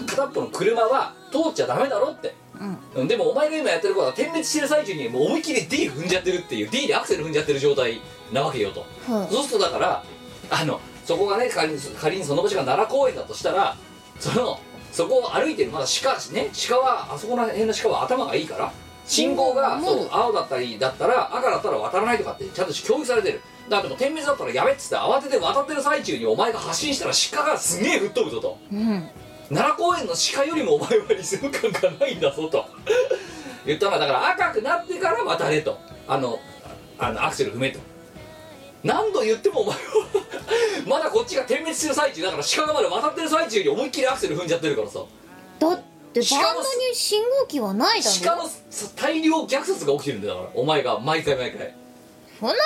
Speaker 3: か片っぽの車は通っちゃダメだろって
Speaker 4: うん
Speaker 3: うんでもお前が今やってることは点滅してる最中にもう思いっきり D 踏んじゃってるっていう D でアクセル踏んじゃってる状態なわけよと
Speaker 4: そう
Speaker 3: そうするとだからあのそこがね仮に仮にその場所が奈良公園だとしたらそのそこを歩いてるまだ鹿ね鹿はあそこら辺の鹿は頭がいいから信号が
Speaker 4: うん
Speaker 3: そう青だったりだったら赤だったら渡らないとかってちゃんと教育されてるだってもう点滅だったらやべっつって慌てて渡ってる最中にお前が発進したら鹿がすげえ吹っ飛ぶぞと
Speaker 4: うん
Speaker 3: 奈良公園の鹿よりもお前はリズム感がないんだぞと 言ったのはだから赤くなってから渡れとあのあのアクセル踏めと何度言ってもお前は まだこっちが点滅してる最中だから鹿がまだ渡ってる最中に思いっきりアクセル踏んじゃってるからさ
Speaker 4: だって
Speaker 3: しかも
Speaker 4: バンドに信号機はないだろ
Speaker 3: 鹿のさ大量虐殺が起きてるんだよだからお前が毎回毎回
Speaker 4: そんなこ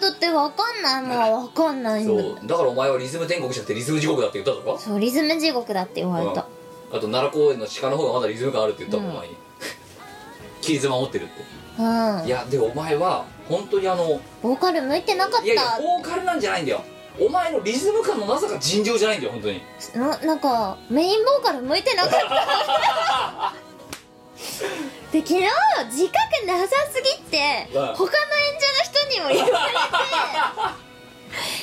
Speaker 4: とはだってわかんないもんわかんないんだ
Speaker 3: そうだからお前はリズム天国じゃなくてリズム地獄だって言ったとか
Speaker 4: そうリズム地獄だって言われた、
Speaker 3: うんあと奈良公園の鹿の方がまだリズム感あるって言ったもん、
Speaker 4: うん
Speaker 3: お 前に切り妻持ってるって
Speaker 4: うん
Speaker 3: いやでお前は本当にあの
Speaker 4: ボーカル向いてなかった
Speaker 3: いやいやボーカルなんじゃないんだよお前のリズム感のなさが尋常じゃないんだよ本当に
Speaker 4: ななんかメインボーカル向いてなかった で昨日自覚なさすぎって
Speaker 3: うん
Speaker 4: 他の演者の人にも言われて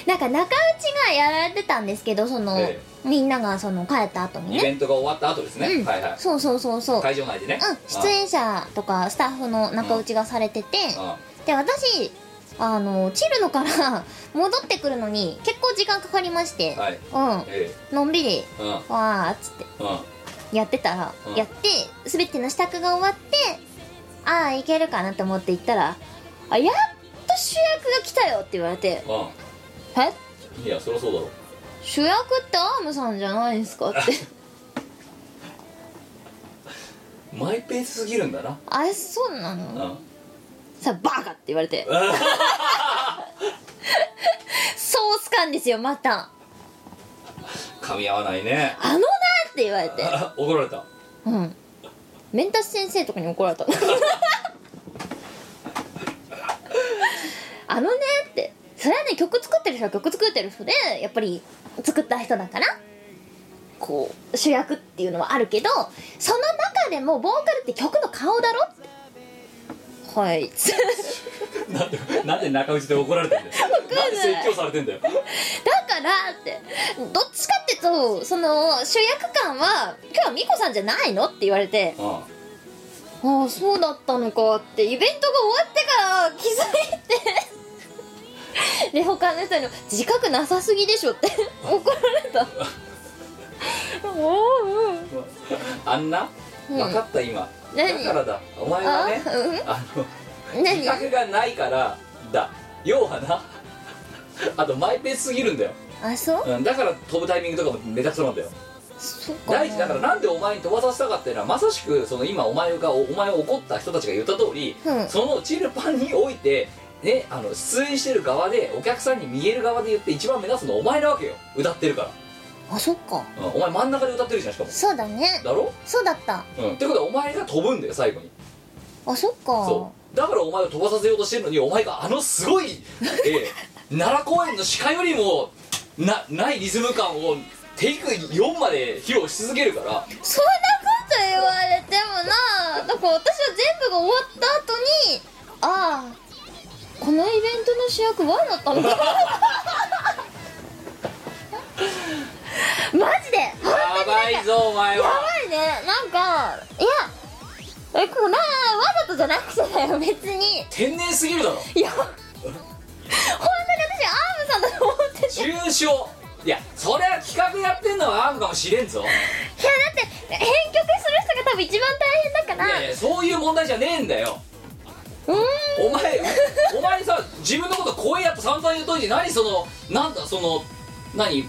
Speaker 4: なんか中打ちがやられてたんですけどその、
Speaker 3: え
Speaker 4: みんながその帰った後に
Speaker 3: イベ
Speaker 4: ね
Speaker 3: ントが終わった後ですね、
Speaker 4: うん、
Speaker 3: はいはい
Speaker 4: そうそうそうそう
Speaker 3: 会場内でね
Speaker 4: うん、出演者とかスタッフの中打ちがされてて、
Speaker 3: あ
Speaker 4: で私あのチルノから 戻ってくるのに結構時間かかりまして、
Speaker 3: はいえ
Speaker 4: うんのんびり
Speaker 3: えうん
Speaker 4: わーっつって
Speaker 3: うん
Speaker 4: やってたら、
Speaker 3: うん
Speaker 4: やって全ての支度が終わってああいけるかなと思って行ったら「あやっと主役が来たよ」って言われて「え
Speaker 3: うんいやそりゃそうだろ
Speaker 4: 主役ってアームさんじゃないんですか?」って
Speaker 3: マイペースすぎるんだな
Speaker 4: あれそうな
Speaker 3: うん
Speaker 4: の
Speaker 3: あ
Speaker 4: さあバカって言われてソース感ですよまた
Speaker 3: 噛み合わないね
Speaker 4: あのなって言われて
Speaker 3: あ怒られた
Speaker 4: うんメンタス先生とかに怒られた あのねってそれはね曲作ってる人は曲作ってる人でやっぱり作った人だからこう主役っていうのはあるけどその中でもボーカルって曲の顔だろってはいつ だ
Speaker 3: なんでなんで中打ちで怒られ てんだよなんで説教されてんだよ
Speaker 4: からってどっちかっていうとその主役感は今日はミコさんじゃないのって言われて
Speaker 3: うん
Speaker 4: ああそうだったのかってイベントが終わってから気づいてで他の人にも「自覚なさすぎでしょ」って怒られたおおうん
Speaker 3: あんな
Speaker 4: うん
Speaker 3: 分かった今だ
Speaker 4: 何
Speaker 3: からだお前は
Speaker 4: あ
Speaker 3: ねあの
Speaker 4: うん何
Speaker 3: 自覚がないからだ要はな あとマイペースすぎるんだよ、
Speaker 4: あそう
Speaker 3: うん、だから飛ぶタイミングとかもめちゃくちゃなんだよ
Speaker 4: そっか
Speaker 3: 第一だからなんでお前に飛ばさせたかっていうのはまさしくその今お前がおお前を怒った人たちが言った通り、
Speaker 4: うん
Speaker 3: そのチルパンにおいてねあの出演してる側でお客さんに見える側で言って一番目立つのはお前なわけよ歌ってるか、
Speaker 4: あそっから
Speaker 3: うん、お前真ん中で歌ってるじゃんしかも
Speaker 4: そうだね
Speaker 3: だろ、
Speaker 4: そうだった
Speaker 3: うん、ってことはお前が飛ぶんだよ最後に
Speaker 4: あそっか
Speaker 3: そうだからお前を飛ばさせようとしてるのにお前があのすごい、えー 奈良公園の鹿よりもなないリズム感をテイク4まで披露し続けるから
Speaker 4: そんなこと言われてもなだから私は全部が終わった後にああこのイベントの主役ワンだったのか マジで本
Speaker 3: やばいぞお前
Speaker 4: や
Speaker 3: は
Speaker 4: ばいねなんかいやえこれなわざとじゃなくてだよ別に
Speaker 3: 天然すぎるだろ
Speaker 4: いや本当に私アームさんだと思ってて
Speaker 3: 重傷いやそれは企画やってんのはアームかもしれんぞ
Speaker 4: いやだって編曲する人が多分一番大変だ
Speaker 3: い
Speaker 4: から
Speaker 3: やいやそういう問題じゃねえんだよ
Speaker 4: うーん
Speaker 3: お前 お前さ自分のこと怖えやと散々言うといて何そのなんだその何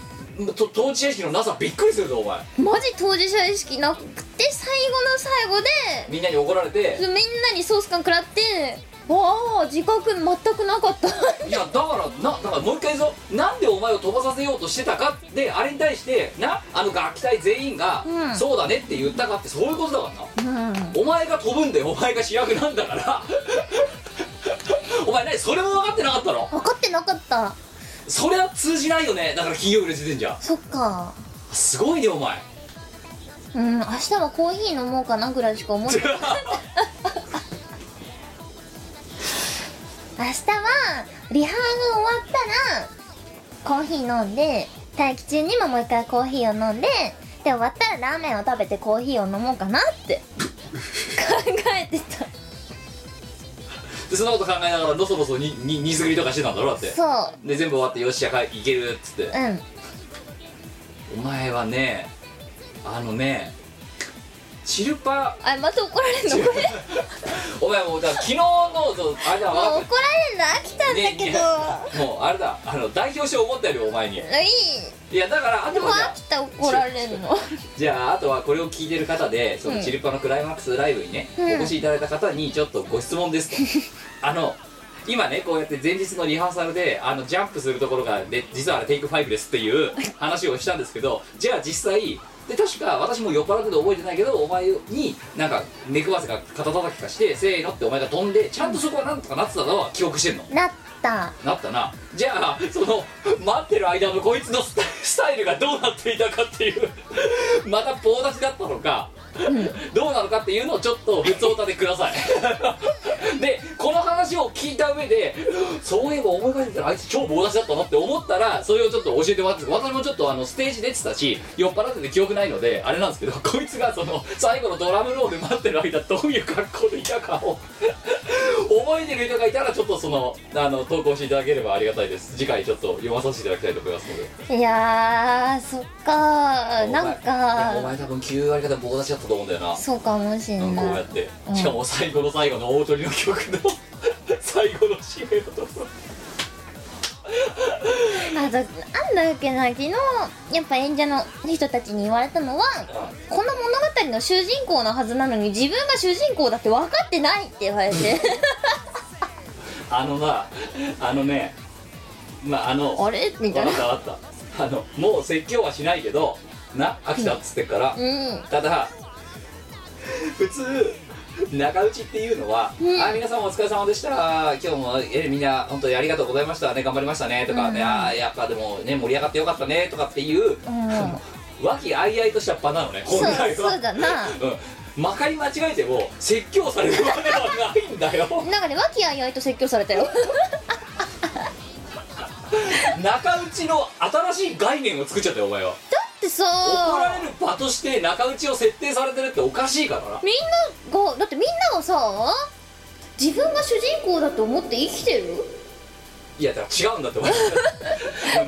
Speaker 3: と統治意識のなさびっくりするぞお前
Speaker 4: マジ当事者意識なくて最後の最後で
Speaker 3: みんなに怒られて
Speaker 4: みんなにソース感食らってわあ自覚全くなかった
Speaker 3: いやだからなだからもう一回言うぞなんでお前を飛ばさせようとしてたかってあれに対してなあの楽器隊全員が、
Speaker 4: うん
Speaker 3: そうだねって言ったかってそういうことだからな
Speaker 4: うん
Speaker 3: お前が飛ぶんだよお前が主役なんだからお前何それも分かってなかったの
Speaker 4: 分かってなかった
Speaker 3: それは通じないよねだから金曜日の時点じゃ
Speaker 4: そっか
Speaker 3: すごいね お前
Speaker 4: うん明日はコーヒー飲もうかなぐらいしか思ってない明日はリハが終わったらコーヒー飲んで待機中にももう一回コーヒーを飲んでで終わったらラーメンを食べてコーヒーを飲もうかなって 考えてた
Speaker 3: でそんなこと考えながらのそのそにに荷造りとかしてたんだろだって
Speaker 4: そう
Speaker 3: で全部終わってよっしゃ帰いけるっつって
Speaker 4: うん
Speaker 3: お前はねあのねチルパ
Speaker 4: あまた怒られるのこれ
Speaker 3: お前もうだから昨日のそうあれだ
Speaker 4: もう怒ら
Speaker 3: わかっ
Speaker 4: れるの飽きた
Speaker 3: た
Speaker 4: んだ
Speaker 3: ね
Speaker 4: け
Speaker 3: い
Speaker 4: ど
Speaker 3: やもうあれだあの代表して思ったよりお前に
Speaker 4: い
Speaker 3: いやだからあ
Speaker 4: いで
Speaker 3: と
Speaker 4: も
Speaker 3: はじゃ
Speaker 4: 飽
Speaker 3: あ
Speaker 4: きた怒られるの
Speaker 3: じゃああとはこれを聞いてる方でそのチルパのクライマックスライブにね、
Speaker 4: うん
Speaker 3: お越しいただいた方にちょっとご質問ですと あの今ねこうやって前日のリハーサルであのジャンプするところがで実はあれテイク5ですっていう話をしたんですけどじゃあ実際で確か私も酔っ払ってて覚えてないけどお前になんか寝くわせか肩叩きかしてせーのってお前が飛んでちゃんとそこはなんとかなってたのは記憶してんの
Speaker 4: なった
Speaker 3: なったなじゃあその待ってる間のこいつのスタスタイルがどうなっていたかっていうまた棒立ちだったのか、どうなのかっていうのをちょっと普通歌でくださいでこの話を聞いた上でそういえば思い返してみたらあいつ超棒立ちだったなって思ったらそれをちょっと教えてもらって私もちょっとあのステージ出てたし酔っ払ってて記憶ないのであれなんですけど こいつがその最後のドラムロール待ってる間どういう格好でいたかを 覚えてる人がいたらちょっとそのあの投稿していただければありがたいです次回ちょっと読まさせていただきたいと思いますので
Speaker 4: いやーそっかーなん
Speaker 3: お前いや
Speaker 4: か
Speaker 3: お前多分9割方棒出しだったと思うんだよな
Speaker 4: そうかもしれ
Speaker 3: うんこう
Speaker 4: な
Speaker 3: や
Speaker 4: い
Speaker 3: って、
Speaker 4: うん
Speaker 3: しかも最後の最後の大鳥の曲の 最後の締めのところ
Speaker 4: あとなんだっけな昨日やっぱ演者の人たちに言われたのはこの物語の主人公のはずなのに自分が主人公だって分かってないって言われて
Speaker 3: あのなあのねまああの
Speaker 4: あれみたいな
Speaker 3: わかったわかったあのもう説教はしないけどな飽きたっつってっから、
Speaker 4: うん
Speaker 3: ただ普通中打ちっていうのは「
Speaker 4: うん
Speaker 3: あ皆さんお疲れ様でした今日もえみんな本当にありがとうございましたね頑張りましたね」とか、ね
Speaker 4: うん
Speaker 3: あーやっぱでもね盛り上がってよかったね」とかっていう
Speaker 4: うん
Speaker 3: 和気あいあいとした場なのね本
Speaker 4: そう
Speaker 3: 来は
Speaker 4: そうだな
Speaker 3: うん、まかり間違えても説教されるわけはないんだよ
Speaker 4: なんかね和気あいあいと説教されたよ
Speaker 3: 中打ちの新しい概念を作っちゃったよお前は
Speaker 4: でさ
Speaker 3: 怒られる場として中打ちを設定されてるっておかしいからな
Speaker 4: みんながだってみんながさ自分が主人公だと思って生きてる
Speaker 3: いやだから違うんだってお前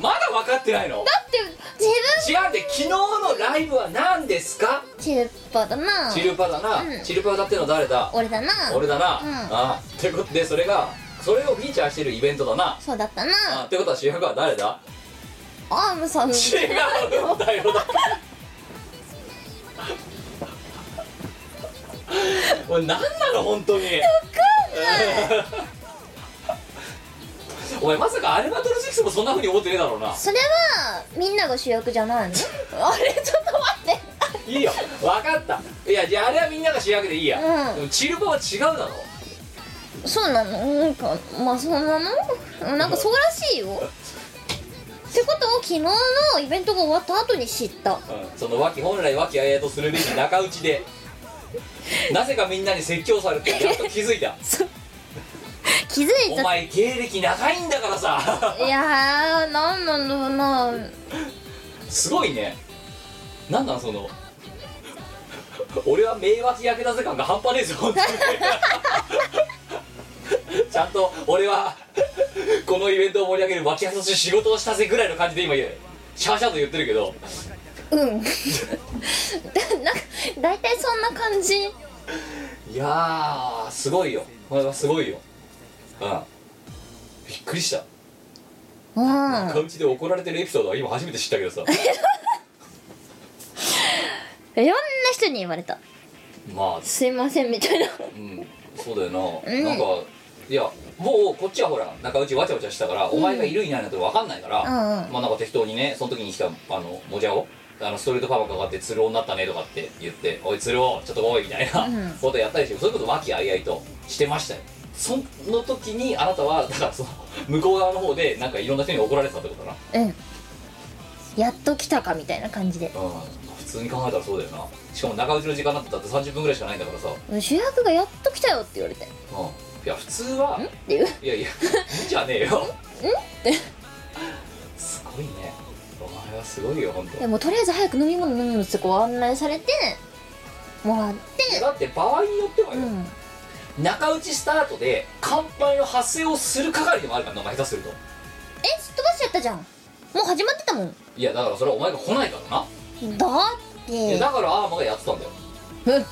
Speaker 3: まだ分かってないの
Speaker 4: だって自
Speaker 3: 違うんで昨日のライブは何ですか
Speaker 4: 分チルッパだな
Speaker 3: チルパだな、
Speaker 4: うん
Speaker 3: チルパ歌ってるの誰だ
Speaker 4: 俺だな
Speaker 3: 俺だな、
Speaker 4: うん
Speaker 3: ああってことでそれがそれをフィーチャーしてるイベントだな
Speaker 4: そうだったな
Speaker 3: あってことは主役は誰だ
Speaker 4: アームさん
Speaker 3: 違うんだよだから おい何なの本当に お前まさかアルバトル6もそんなふうに思ってねえだろうな
Speaker 4: それはみんなが主役じゃないの あれちょっと待って
Speaker 3: いいよ分かったいやじゃああれはみんなが主役でいいや、
Speaker 4: うん
Speaker 3: でもチルパは違うだろ
Speaker 4: そうなのなんかまあそうなのなんかそうらしいよってことを昨日のイベントが終わった後に知 った
Speaker 3: うんその和気本来和気あいあいとするべき仲打 ちでなぜかみんなに説教されてやっと気づ いた
Speaker 4: 気づい
Speaker 3: お
Speaker 4: た
Speaker 3: 前芸歴長いんだからさ
Speaker 4: いやーなんなんだろうな
Speaker 3: すごいねなんなんその俺は名脇役だぜ感が半端ねえぞ 本当にちゃんと俺はこのイベントを盛り上げる脇役として仕事をしたぜぐらいの感じで今シャーシャーと言ってるけど
Speaker 4: うんなん か大体そんな感じ
Speaker 3: いやーすごいよこれはすごいようんびっくりした
Speaker 4: う
Speaker 3: 中
Speaker 4: ん
Speaker 3: 打ちで怒られてるエピソードは今初めて知ったけど さ
Speaker 4: いろんな人に言われた
Speaker 3: まあ
Speaker 4: すいませんみたいな
Speaker 3: うんそうだよな、
Speaker 4: うん
Speaker 3: なんかいやもうこっちはほら中打ちわちゃわちゃしたから、お前がいるいないなんて分かんないから、
Speaker 4: うんうん
Speaker 3: まあなんか適当にねその時に来たあのもじゃをあのストレートパーマかかって鶴尾になったねとかって言って「おい鶴尾ちょっと来い」みたいな
Speaker 4: うん
Speaker 3: ことやったりして、そういうこと和気あいあいとしてましたよその時にあなたはだからその向こう側の方でなんかいろんな人に怒られてたってことだな
Speaker 4: うんやっと来たかみたいな感じで
Speaker 3: うん普通に考えたらそうだよなしかも中打ちの時間なんてだって30分ぐらいしかないんだからさ、
Speaker 4: うん主役がやっと来たよって言われてんっ
Speaker 3: うん、いや普通は
Speaker 4: ていう
Speaker 3: いやいやんじゃねえよんってすごいねお前はすごいよ本当
Speaker 4: でもとりあえず早く飲み物飲み物ってこう案内されてもらって
Speaker 3: だって場合によっては
Speaker 4: う
Speaker 3: よ、
Speaker 4: ん
Speaker 3: 中打ちスタートで乾杯の発声をする係でもあるからなお前下手すると
Speaker 4: えすっ飛ばしちゃったじゃんもう始まってたもん
Speaker 3: いやだからそれはお前が来ないからな、
Speaker 4: だ
Speaker 3: いや
Speaker 4: っ
Speaker 3: だからアーマがやってたんだよ
Speaker 4: て うん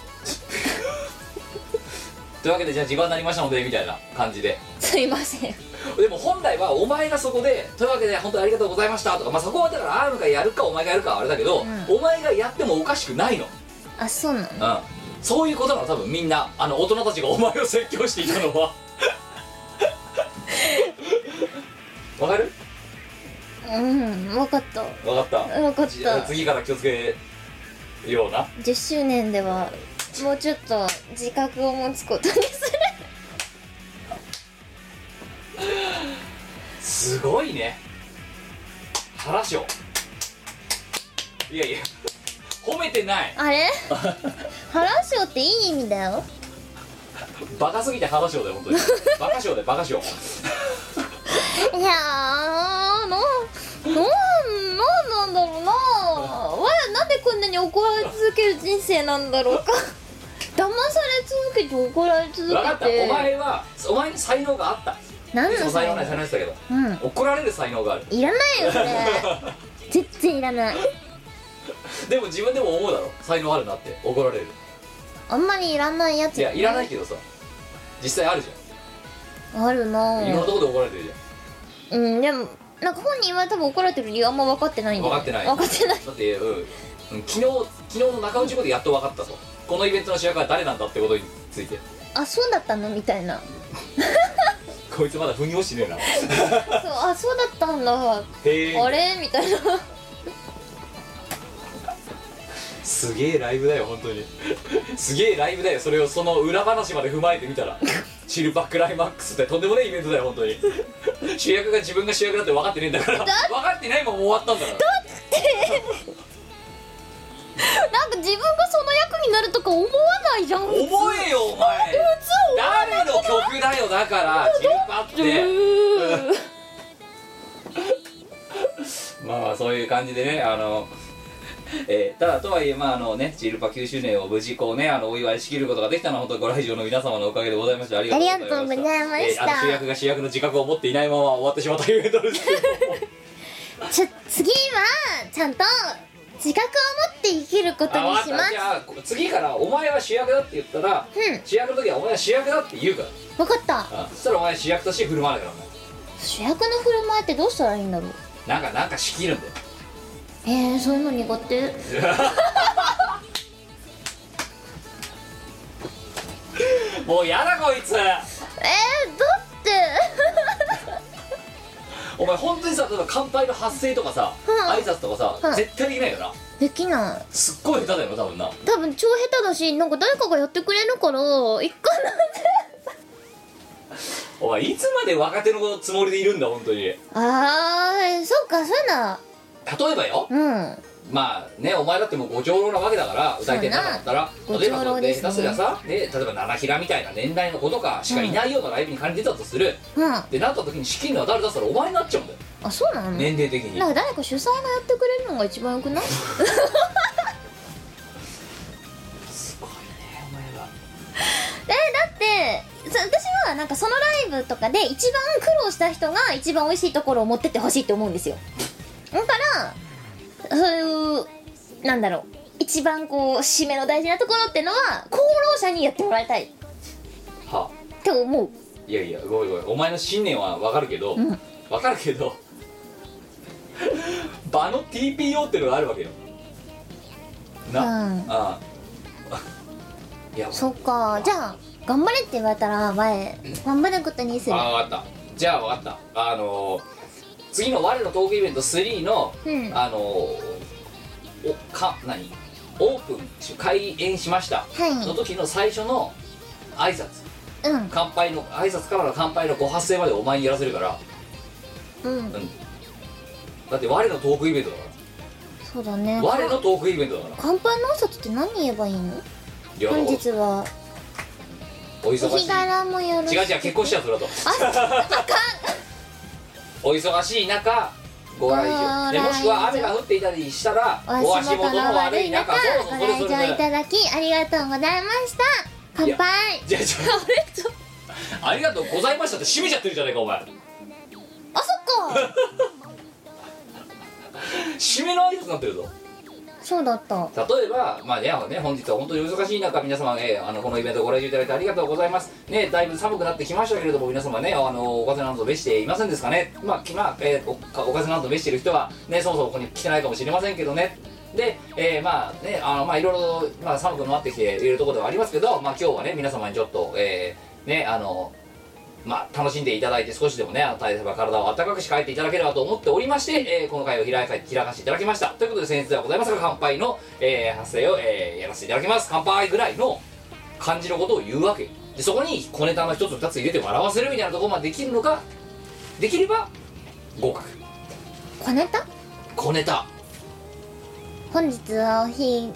Speaker 3: というわけでじゃあ時間になりましたのでみたいな感じです
Speaker 4: いません
Speaker 3: でも本来はお前がそこで「というわけで本当にありがとうございました」とか、まあ、そこはだからアームがやるかお前がやるかはあれだけど、
Speaker 4: うん
Speaker 3: お前がやってもおかしくないの
Speaker 4: あそうなの
Speaker 3: うん、そういうことなの多分みんなあの大人たちがお前を説教していたのは わかる
Speaker 4: うん分かった
Speaker 3: わかった
Speaker 4: 分かっ
Speaker 3: じゃあ
Speaker 4: た
Speaker 3: 次から気をつけような
Speaker 4: 10周年ではもうちょっと自覚を持つことにする
Speaker 3: すごいね原賞いやいや褒めて ない
Speaker 4: あれ原賞っていい意味だよ
Speaker 3: バカすぎて原賞だよ本当にバカ賞だよバカ賞
Speaker 4: いやーななんなんなんだろうなわなんでこんなに怒られ続ける人生なんだ ろうか騙され続けて怒られ続
Speaker 3: わか
Speaker 4: け
Speaker 3: ったお
Speaker 4: て
Speaker 3: 前はお前に才能があった
Speaker 4: 何
Speaker 3: そ
Speaker 4: の
Speaker 3: の才能ない才能でしたけど
Speaker 4: うん
Speaker 3: 怒られる才能がある
Speaker 4: いらないよそれ全然いらない
Speaker 3: でも自分でも思うだろ才能あるなって怒られる
Speaker 4: あんまりいらないやつ
Speaker 3: いやいらないけどさ実際あるじ
Speaker 4: あるな
Speaker 3: ゃんいろんなとこで怒られてるじ
Speaker 4: うんでもなんか本人は多分怒られてる理由あんま分かってないんだよ、
Speaker 3: 分かってない
Speaker 4: 分かってない
Speaker 3: ゃんだってうんうん昨日昨日の中内語でやっと分かったとこのイベントの主役は誰なんだってことについて
Speaker 4: あそうだったのみたいな
Speaker 3: こいつまだ腑に落ちてねえな
Speaker 4: そうあそうだったんだあ
Speaker 3: へえ
Speaker 4: れみたいな
Speaker 3: すげえライブだよ本当にすげえライブだよそれをその裏話まで踏まえてみ たらチルパクライマックスってとんでもないイベントだよ本当に主役が自分が主役だって分かってねえんだから分かってないまま終わったんだから
Speaker 4: なんか自分がその役になるとか思わないじゃん
Speaker 3: 思えよお前誰の曲だよだからチルパってまあまあそういう感じでねあのえーただとはいえまああのねチルパ9周年を無事こうねあのお祝いしきることができたのは本当にご来場の皆様のおかげでございましたありがとうございまし
Speaker 4: あ
Speaker 3: た
Speaker 4: りがとうございました
Speaker 3: えーあの主役が主役の自覚を持っていないま ま終わってしまったイベントですけども
Speaker 4: ちょ次はちゃんと自覚を持って生きることに
Speaker 3: あ
Speaker 4: します
Speaker 3: じゃあ次からお前は主役だって言ったら
Speaker 4: うん
Speaker 3: 主役の時はお前は主役だって言うから
Speaker 4: 分かった
Speaker 3: あそしたらお前主役として振る舞わなきゃなら
Speaker 4: 主役の振る舞いってどうしたらいいんだろう
Speaker 3: ないなんかなんか仕切るんだよ
Speaker 4: えー、そういうの苦手
Speaker 3: もうやだこい
Speaker 4: え
Speaker 3: つ
Speaker 4: ー、だって
Speaker 3: お前本当にさ例えば乾杯の発声とかさ、
Speaker 4: うん
Speaker 3: 挨拶とかさ、
Speaker 4: うん
Speaker 3: 絶対できないよな
Speaker 4: できない
Speaker 3: すっごい下手だよな多分な
Speaker 4: 多分超下手だしなんか誰かがやってくれるから一回なんて
Speaker 3: お前いつまで若手のつもりでいるんだ本当に例え
Speaker 4: あーそうかそういうの
Speaker 3: ばよ、
Speaker 4: うん
Speaker 3: まあねお前だってもうご長老なわけだから歌い手の中だったら
Speaker 4: そうな
Speaker 3: 例えば
Speaker 4: ご長
Speaker 3: そ
Speaker 4: 老
Speaker 3: う
Speaker 4: で
Speaker 3: で
Speaker 4: ね
Speaker 3: す下手すりゃさ、ね、例えば七平みたいな年代の子とかしかいないようなライブに感じてたとする、
Speaker 4: うん
Speaker 3: でなった時に資金の誰だったらお前になっちゃうんだよ、
Speaker 4: あそうなの、
Speaker 3: 年齢的に
Speaker 4: なんか誰か主催がやってくれるのが一番よくない
Speaker 3: すごいねお前は
Speaker 4: えー、だってそ私はなんかそのライブとかで一番苦労した人が一番美味しいところを持ってってほしいと思うんですよだからそういうなんだろう一番こう締めの大事なところってのは功労者にやってもらいたいっ
Speaker 3: は
Speaker 4: て思う
Speaker 3: いやいやごめんごめんお前の信念はわかるけど、
Speaker 4: うん
Speaker 3: わかるけど 場の TPO ってのがあるわけよな、
Speaker 4: うん
Speaker 3: あ あいや
Speaker 4: そっかじゃあ頑張れって言われたら前頑張ることにする
Speaker 3: ああ分かったじゃあ分かったあのー次の「我のトークイベント3の」
Speaker 4: うん
Speaker 3: あのーおか何オープンし開演しました、
Speaker 4: はい
Speaker 3: の時の最初の挨拶
Speaker 4: うん
Speaker 3: 乾杯の挨拶からの乾杯のご発声までお前にやらせるから
Speaker 4: うん
Speaker 3: だって我のトークイベントだか
Speaker 4: そうだね
Speaker 3: ら我のトークイベントだから
Speaker 4: 乾杯の挨拶って何言えばいいの
Speaker 3: いや
Speaker 4: 本日は
Speaker 3: お忙
Speaker 4: お
Speaker 3: し
Speaker 4: 日
Speaker 3: い
Speaker 4: 柄もよろしく
Speaker 3: 違う違う結婚しちゃうそれだとお忙しい中ご来場で
Speaker 4: ご来場
Speaker 3: もしくは雨が降っていたりしたらお
Speaker 4: お足
Speaker 3: 足元
Speaker 4: 元
Speaker 3: の
Speaker 4: の
Speaker 3: 悪
Speaker 4: 悪
Speaker 3: い
Speaker 4: い中
Speaker 3: 中そうそうそ
Speaker 4: ご
Speaker 3: れ
Speaker 4: 来
Speaker 3: それ
Speaker 4: 場い
Speaker 3: それ
Speaker 4: ただきありがとうございました乾杯
Speaker 3: じゃあじゃ
Speaker 4: あれちょ
Speaker 3: あありがとうございましたって締めちゃってるじゃないかお前
Speaker 4: あそっか
Speaker 3: 締めの挨拶になってるぞ
Speaker 4: そうだった
Speaker 3: 例えば、まあねね、本日は本当にお忙しい中、皆様ね、あのこのイベントご来場いただいてありがとうございます。ね、だいぶ寒くなってきましたけれども、皆様ね、あのお風邪など召していませんですかね。まあ、きまあえーおかお風邪など召している人は、ね、そもそもここに来てないかもしれませんけどね。で、えーまあね、あのまあいろいろ、まあ、寒くなってきているところではありますけど、まあ今日はね、皆様にちょっと、えーね、あの、まあ、楽しんでいただいて少しでもねあの体ば体を温かくして帰っていただければと思っておりまして、えーこの回を開か開かせていただきましたということで先日ではございますが乾杯の、えー発声を、えーやらせていただきます乾杯ぐらいの感じのことを言うわけでそこに小ネタの一つ二つ入れて笑わせるみたいなところまでできるのができれば合格
Speaker 4: 小ネタ
Speaker 3: 小ネタ
Speaker 4: 本日はお日違う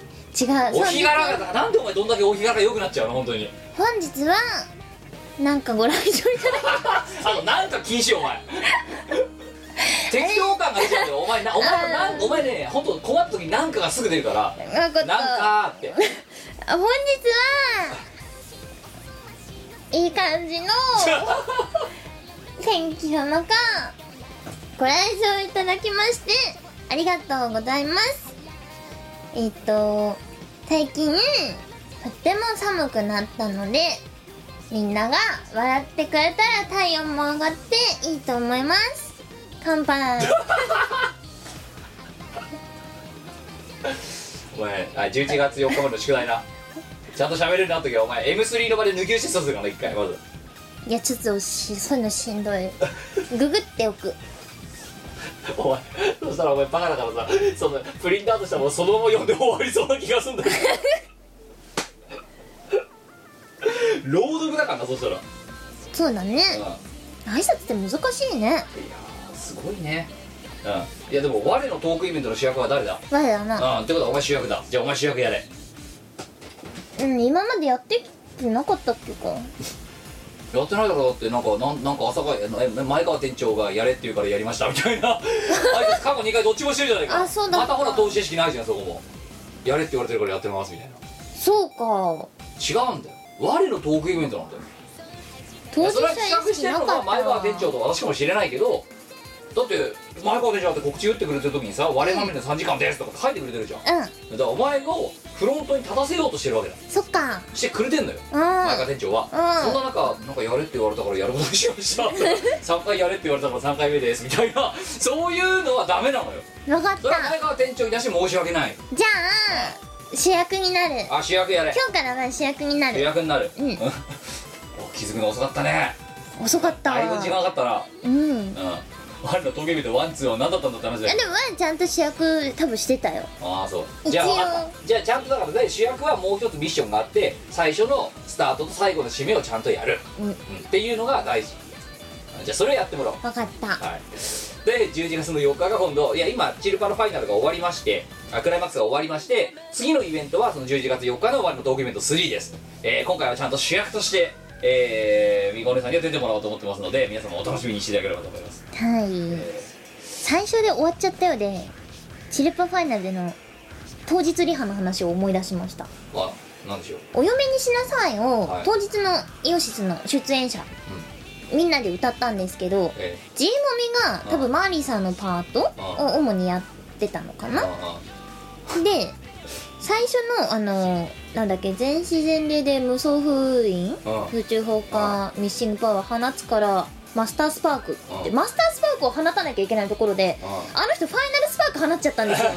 Speaker 3: お日柄がなんでお前どんだけお日柄が良くなっちゃうの本当に
Speaker 4: 本日はなんかご来場いただき
Speaker 3: あとなんか禁止よお 前適当感が出ちゃうんだよお前なお前もな
Speaker 4: あ
Speaker 3: ん
Speaker 4: ー
Speaker 3: お前ね本当困った時なんかがすぐ出るから
Speaker 4: なんか
Speaker 3: なんかーって
Speaker 4: 本日はいい感じの天気の中ご来場いただきましてありがとうございますえっ、と最近とっても寒くなったのでみんなが笑ってくれたら体温も上がっていいと思います乾杯
Speaker 3: お前あ11月4日までの宿題なちゃんと喋れるなときはお前 M3 の場で抜き打ちしたするからな一回まず
Speaker 4: いやちょっとしそういうのしんどいググっておく
Speaker 3: お前そしたらお前バカだからさそのプリントアウトしたものそのまま読んで終わりそうな気がするん だけど朗読だからなそしたら、う
Speaker 4: そうだね
Speaker 3: ん
Speaker 4: 挨拶って難しいね
Speaker 3: いやーすごいねうんいやでも我のトークイベントの主役は誰だ
Speaker 4: 我だな
Speaker 3: うんってことはお前主役だじゃあお前主役やれ
Speaker 4: うん今までやってきてなかったっけか
Speaker 3: やってないだろだってなんかなんなんか朝かええ前川店長がやれって言うからやりましたみたい なあいつ過去2回どっちもしてるじゃないか
Speaker 4: あそうだ
Speaker 3: またほら投資知識ないじゃんそこもやれって言われてるからやってますみたい
Speaker 4: そうか
Speaker 3: な違うんだよ我のトークイベントなんだよ
Speaker 4: 当事
Speaker 3: それ
Speaker 4: 者
Speaker 3: は
Speaker 4: 意
Speaker 3: 企画し
Speaker 4: 識
Speaker 3: て
Speaker 4: な
Speaker 3: る
Speaker 4: か
Speaker 3: の
Speaker 4: った
Speaker 3: が
Speaker 4: わ
Speaker 3: 前川店長と私かもしれないけどだって前川でじゃんって告知打ってくれてる時にさ「我なめの3時間です」とかって書いてくれてるじゃんだ
Speaker 4: う
Speaker 3: からお前をフロントに立たせようとしてるわけだ
Speaker 4: んそっか
Speaker 3: してくれてんのよ
Speaker 4: うん
Speaker 3: 前川店長は、
Speaker 4: うん
Speaker 3: そんな中「なんかやれ」って言われたからやることにしました 3回やれって言われたから3回目ですみたいなそういうのはダメなのよ
Speaker 4: 分かっ
Speaker 3: それは前
Speaker 4: た
Speaker 3: 川店長に出して申し訳ない
Speaker 4: じゃあ主役になる
Speaker 3: あ主役やれ
Speaker 4: 今日からは主役にな
Speaker 3: 主
Speaker 4: る
Speaker 3: 役になる、
Speaker 4: うん
Speaker 3: お気づくの遅かったね
Speaker 4: 遅かった
Speaker 3: だいぶ時間かかったな
Speaker 4: うん
Speaker 3: うんワンのトゲビとワンツーは何だったんだって話
Speaker 4: い
Speaker 3: だ
Speaker 4: や
Speaker 3: よ
Speaker 4: でもワンちゃんと主役多分してたよ
Speaker 3: ああそう
Speaker 4: 一応
Speaker 3: じゃあ分かったじゃあちゃんとだからね主役はもう一つミッションがあって最初のスタートと最後の締めをちゃんとやる、
Speaker 4: うん
Speaker 3: っていうのが大事じゃあそれやってもらおう
Speaker 4: 分かった
Speaker 3: はい、で12月の4日が今度いや今チルパのファイナルが終わりましてあクライマックスが終わりまして次のイベントはその11月4日の終わりのトークイベント3です、えー今回はちゃんと主役としてえー、みこねさんには出てもらおうと思ってますので皆様お楽しみにしていただければと思います、
Speaker 4: はい
Speaker 3: え
Speaker 4: 最初で終わっちゃったよねチルパファイナルでの当日リハの話を思い出しました
Speaker 3: ー、まあなんでしょう
Speaker 4: 「お嫁にしなさいを」
Speaker 3: はい
Speaker 4: 当日のイオシスの出演者、みんなで歌ったんですけど
Speaker 3: え
Speaker 4: G もみが多
Speaker 3: う
Speaker 4: 分
Speaker 3: ん
Speaker 4: マーリーさんのパートを主にやってたのか
Speaker 3: ー、
Speaker 4: な
Speaker 3: あ
Speaker 4: で最初のあのなんだっけ全自然霊で無双封印
Speaker 3: うん
Speaker 4: 空中放火ミッシングパワー放つからマスタースパークって
Speaker 3: うん
Speaker 4: マスタースパークを放たなきゃいけないところで
Speaker 3: あ
Speaker 4: あの人ファイナルスパーク放っちゃったんですよ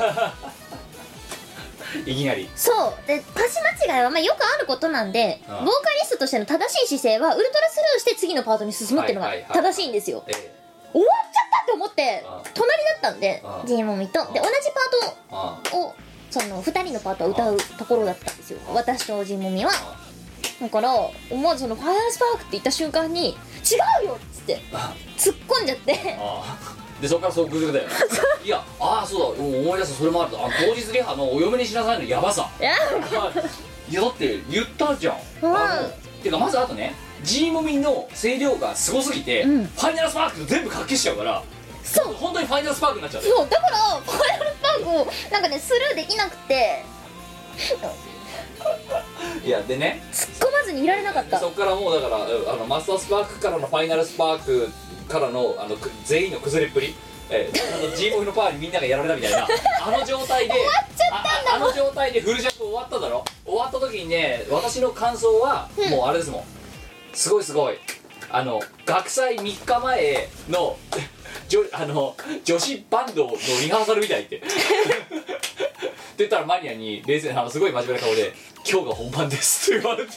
Speaker 3: ーいきなり
Speaker 4: そうでパス間違いはまあよくあることなんでボ
Speaker 3: う
Speaker 4: ー
Speaker 3: ん
Speaker 4: カリストとしての正しい姿勢はウルトラスルーして次のパートに進むっていうのが
Speaker 3: はいはいはい
Speaker 4: 正しいんですよ
Speaker 3: え
Speaker 4: 終わっちゃったって思って
Speaker 3: ああ
Speaker 4: 隣だったんで
Speaker 3: ああ
Speaker 4: G もみとで同じパー
Speaker 3: ー、あ
Speaker 4: トをその2人のパートを歌うところだったんですよ私と G もみは
Speaker 3: あ
Speaker 4: だから思わずその「ファイアースパーク」って言った瞬間に「違うよ!」っつって
Speaker 3: ーあ
Speaker 4: 突っ込んじゃって
Speaker 3: ああでそこからそうグズグズだよね いやああそうだ思い出したそれもあるとあの当日リハのお嫁にしなさいのやばさ
Speaker 4: いや
Speaker 3: いやだって言ったじゃん、
Speaker 4: うん
Speaker 3: あのてかまずあとね G もみの声量がすごすぎて、
Speaker 4: うん
Speaker 3: ファイナルスパークと全部かけしちゃうから
Speaker 4: そう
Speaker 3: 本当にファイナルスパークになっちゃう
Speaker 4: そうだからファイアースパークをなんかねスルーできなくて
Speaker 3: いやでね
Speaker 4: 突っ込まずにいられなかっ
Speaker 3: で
Speaker 4: た
Speaker 3: そこからもうだからうんあのマスタースパークからのファイナルスパークからのあのく全員の崩れっぷりえー、あの G ボーイのパワーにみんながやられたみた いなあの状態で終わっちゃったんだああの状態でフルジャック終わっただろ終わった時にね私の感想はもうあれですもん、すごいすごいあの学祭3日前の じょあの女子バンドのリハーサルみたいってって 言ったらマニアに冷静なあのすごい真面目な顔で「今日が本番です」って言わ れて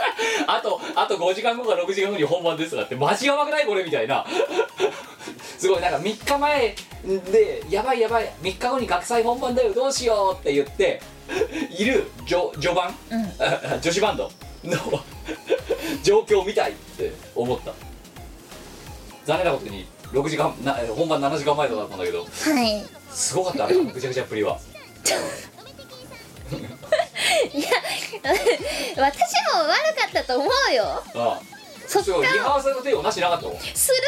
Speaker 3: 「あとあと5時間後か6時間後に本番です」とかって「マジやばくないこれ」みたいな すごいなんか3日前で「やばいやばい3日後に学祭本番だよどうしよう」って言っている序序盤、 女子バンドの状況を見たいって思った残念なことに6時間な本番7時間前とかだったんだけど
Speaker 4: はい
Speaker 3: すごかったあれ ぐちゃぐちゃっぷりは
Speaker 4: や 私も悪かったと思うよ
Speaker 3: ああ
Speaker 4: そっ
Speaker 3: すごい
Speaker 4: か
Speaker 3: リハーサルの手をなし なかったもん
Speaker 4: スルーすれ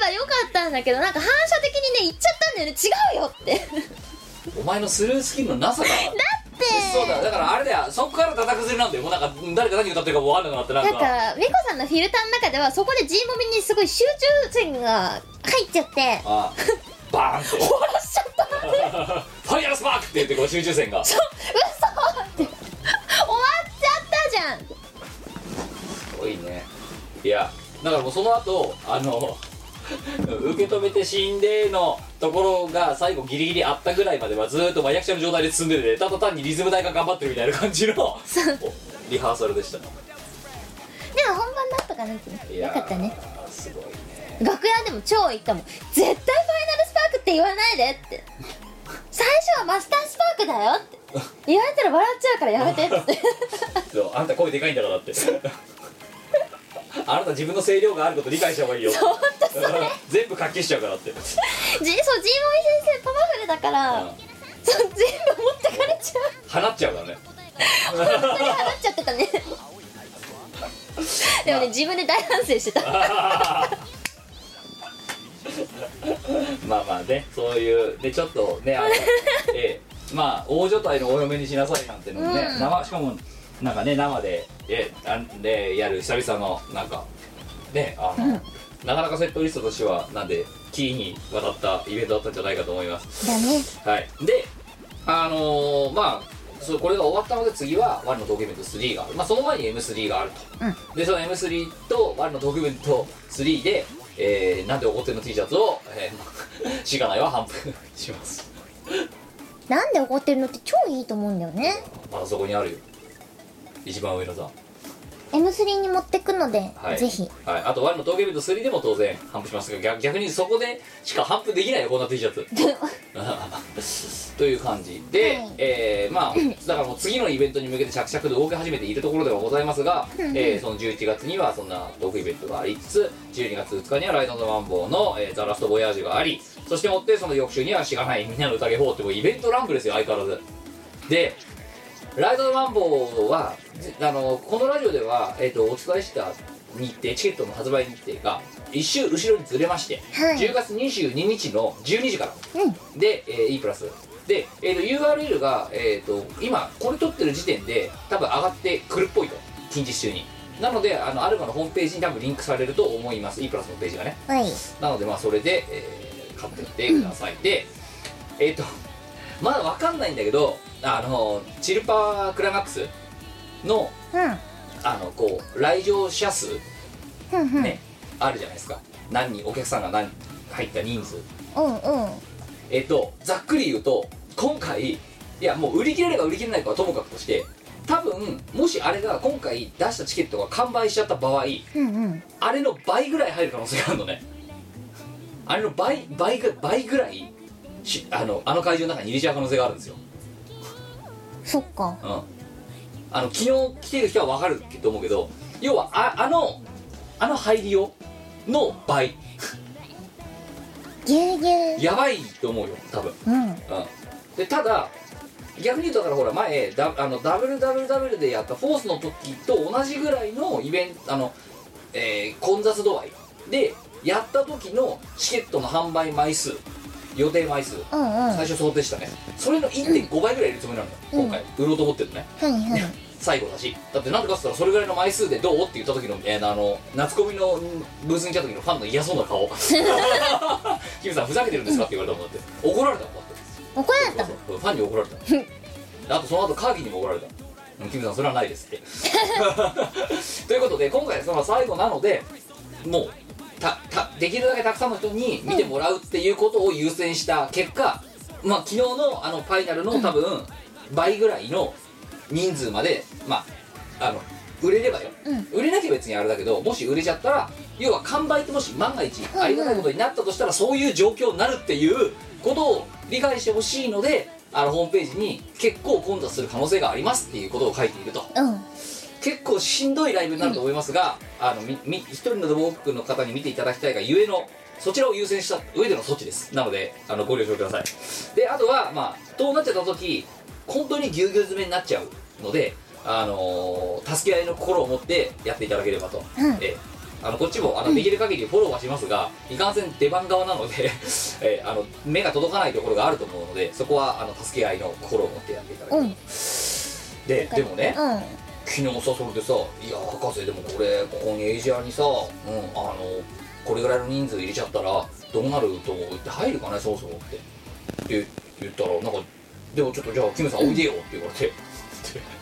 Speaker 4: ばよかったんだけどなんか反射的にね言っちゃったんだよね違うよ って
Speaker 3: お前のスルースキルのなさがだってそうだだからあれだよそこからダダ崩れなんだよもうなんか誰が何歌ってるかも分かんなくなって
Speaker 4: な
Speaker 3: なんんか
Speaker 4: かメコさんのフィルターの中ではそこで G モミにすごい集中線が入っちゃって
Speaker 3: ああバーンって
Speaker 4: 終わらしちゃったって
Speaker 3: ファイアルスパークって言ってこう集中線が
Speaker 4: 嘘って終わっちゃったじゃん
Speaker 3: 多いねいやだからもうその後あの受け止めて死んでのところが最後ギリギリあったぐらいまではずーっと麻薬者の状態で進んでてただ単にリズム台が頑張ってるみたいな感じのお リハーサルでした
Speaker 4: でも本番だったかなって
Speaker 3: い
Speaker 4: よ
Speaker 3: やー
Speaker 4: かったね
Speaker 3: すごいね
Speaker 4: 楽屋でも超言ったもん絶対ファイナルスパークって言わないでって最初はマスタースパークだよって言われたら笑っちゃうからやめてって
Speaker 3: そうあんた声でかいんだからだって あなた自分の声量があること理解した方がいいよ
Speaker 4: 本当それ
Speaker 3: 全部かっきしちゃうからって
Speaker 4: じそうジーモミ先生パワフルだから、
Speaker 3: うん
Speaker 4: そう全部持ってかれちゃう
Speaker 3: 放っちゃう からね
Speaker 4: 本当に払っちゃってたねでもね自分で大反省してた
Speaker 3: まあまあねそういうでちょっとねあ のええまあ大所帯のお嫁にしなさいなんてのもね、
Speaker 4: うん
Speaker 3: 生しかもなんかね生でええあんでやる久々のなんかねあの、なかなかセットリストとしてはなんでキーに渡ったイベントだったんじゃないかと思います
Speaker 4: だね
Speaker 3: はいであのーまあそうこれが終わったので次は「ワルのドキュメント3」がある、まあ、その前に M3 があると、でその M3 と「ワルのドキュメント3で」えーなんで怒ってんの T シャツを、え ー、しがないは半分します
Speaker 4: なんで怒ってるのって超いいと思うんだよね
Speaker 3: まだそこにあるよ一番上のさ
Speaker 4: M3 に持ってくので、
Speaker 3: はい、
Speaker 4: ぜひ、
Speaker 3: はい、あとワルの東京ビルド3でも当然反布しますが逆逆にそこでしか反布できないよこんな T シャツ という感じで、
Speaker 4: はい
Speaker 3: えーまあだからもう次のイベントに向けて着々と動き始めているところではございますが、えーその11月にはそんなトークイベントがありつつ12月2日には「ライド・オン・ザ・マンボウの」えーザ・ラスト・ボヤージュ」がありそしてもってその翌週には「しがないみんなの宴4」ってもうイベントランプですよ相変わらずでライドマンボウはぜあのこのラジオでは、えー、とお伝えした日程チケットの発売日程が1週後ろにずれまして、
Speaker 4: はい
Speaker 3: 10月22日の12時から、
Speaker 4: う
Speaker 3: で、えー E プラスで、えー、と URL が、えー、と今これ撮ってる時点で多分上がってくるっぽいと近日中になのであのアルファのホームページに多分リンクされると思います E プラスのページがね
Speaker 4: はい
Speaker 3: なのでまあそれで、えー買ってみてください、でえっ、とまだわかんないんだけどあのチルパークラナックスの
Speaker 4: う
Speaker 3: あのこう来場者数
Speaker 4: んうんうん、
Speaker 3: ね、あるじゃないですか何人お客さんが何人入った人数
Speaker 4: うんうん
Speaker 3: えっ、とざっくり言うと今回いやもう売り切れるか売り切れないかはともかくとして多分もしあれが今回出したチケットが完売しちゃった場合
Speaker 4: うんうん
Speaker 3: あれの倍ぐらい入る可能性があるのねあれの倍倍ぐ倍ぐらいしあのあの会場の中に入れちゃう可能性があるんですよ、
Speaker 4: そっか
Speaker 3: うん、あの昨日来てる人は分かると思うけど要はああのあの入りよの倍
Speaker 4: ぎゅうぎゅう
Speaker 3: やばいと思うよ多分
Speaker 4: うん
Speaker 3: うん、でただ逆に言うとだからほら前だあの WWW でやったフォースの時と同じぐらいのイベントあの、えー混雑度合いでやった時のチケットの販売枚数予定枚数
Speaker 4: うんうんは
Speaker 3: 最初想定したねそれの1.5倍ぐらいいるつもりなんだ、
Speaker 4: うん
Speaker 3: 今回売ろうと思ってるね
Speaker 4: いはい
Speaker 3: 最後だしだってなんでかっつったらそれぐらいの枚数でどうって言った時の,、えーあの夏コミのうんブースに来た時のファンの嫌そうな顔 キムさんふざけてるんですかって言われたもんだって怒られたもんだって
Speaker 4: 怒られた
Speaker 3: そうそうファンに怒られ たあとその後カーギーにも怒られたうんキムさんそれはないですって ということで今回はその最後なのでもうたたできるだけたくさんの人に見てもらうっていうことを優先した結果、まあ昨日のあのファイナルの多分倍ぐらいの人数までまああの売れればよ、
Speaker 4: うん
Speaker 3: 売れなきゃ別にあれだけどもし売れちゃったら要は完売ってもし万が一ありがたいことになったとしたらそういう状況になるっていうことを理解してほしいのであのホームページに結構混雑する可能性がありますっていうことを書いていると
Speaker 4: うん
Speaker 3: 結構しんどいライブになると思いますが、あのみみ一人のドボックの方に見ていただきたいがゆえのそちらを優先した上での措置ですなのであのご了承くださいであとはまあどうなっちゃった時本当にぎゅうぎゅう詰めになっちゃうのであのー助け合いの心を持ってやっていただければと、
Speaker 4: うん
Speaker 3: えあのこっちもあのできる限りフォローはしますが、いかんせん出番側なので、 えあの目が届かないところがあると思うのでそこはあの助け合いの心を持ってやっていただけれ
Speaker 4: う
Speaker 3: ば、
Speaker 4: ん
Speaker 3: ででもね、
Speaker 4: うん
Speaker 3: 昨日さそれでさ「いや博士でもこれここにエイジアにさ、うん、あのこれぐらいの人数入れちゃったらどうなると思う?」って「入るかねそうそう」ってって言ったらなんか「でもちょっとじゃあキムさんおいでよ」って言われて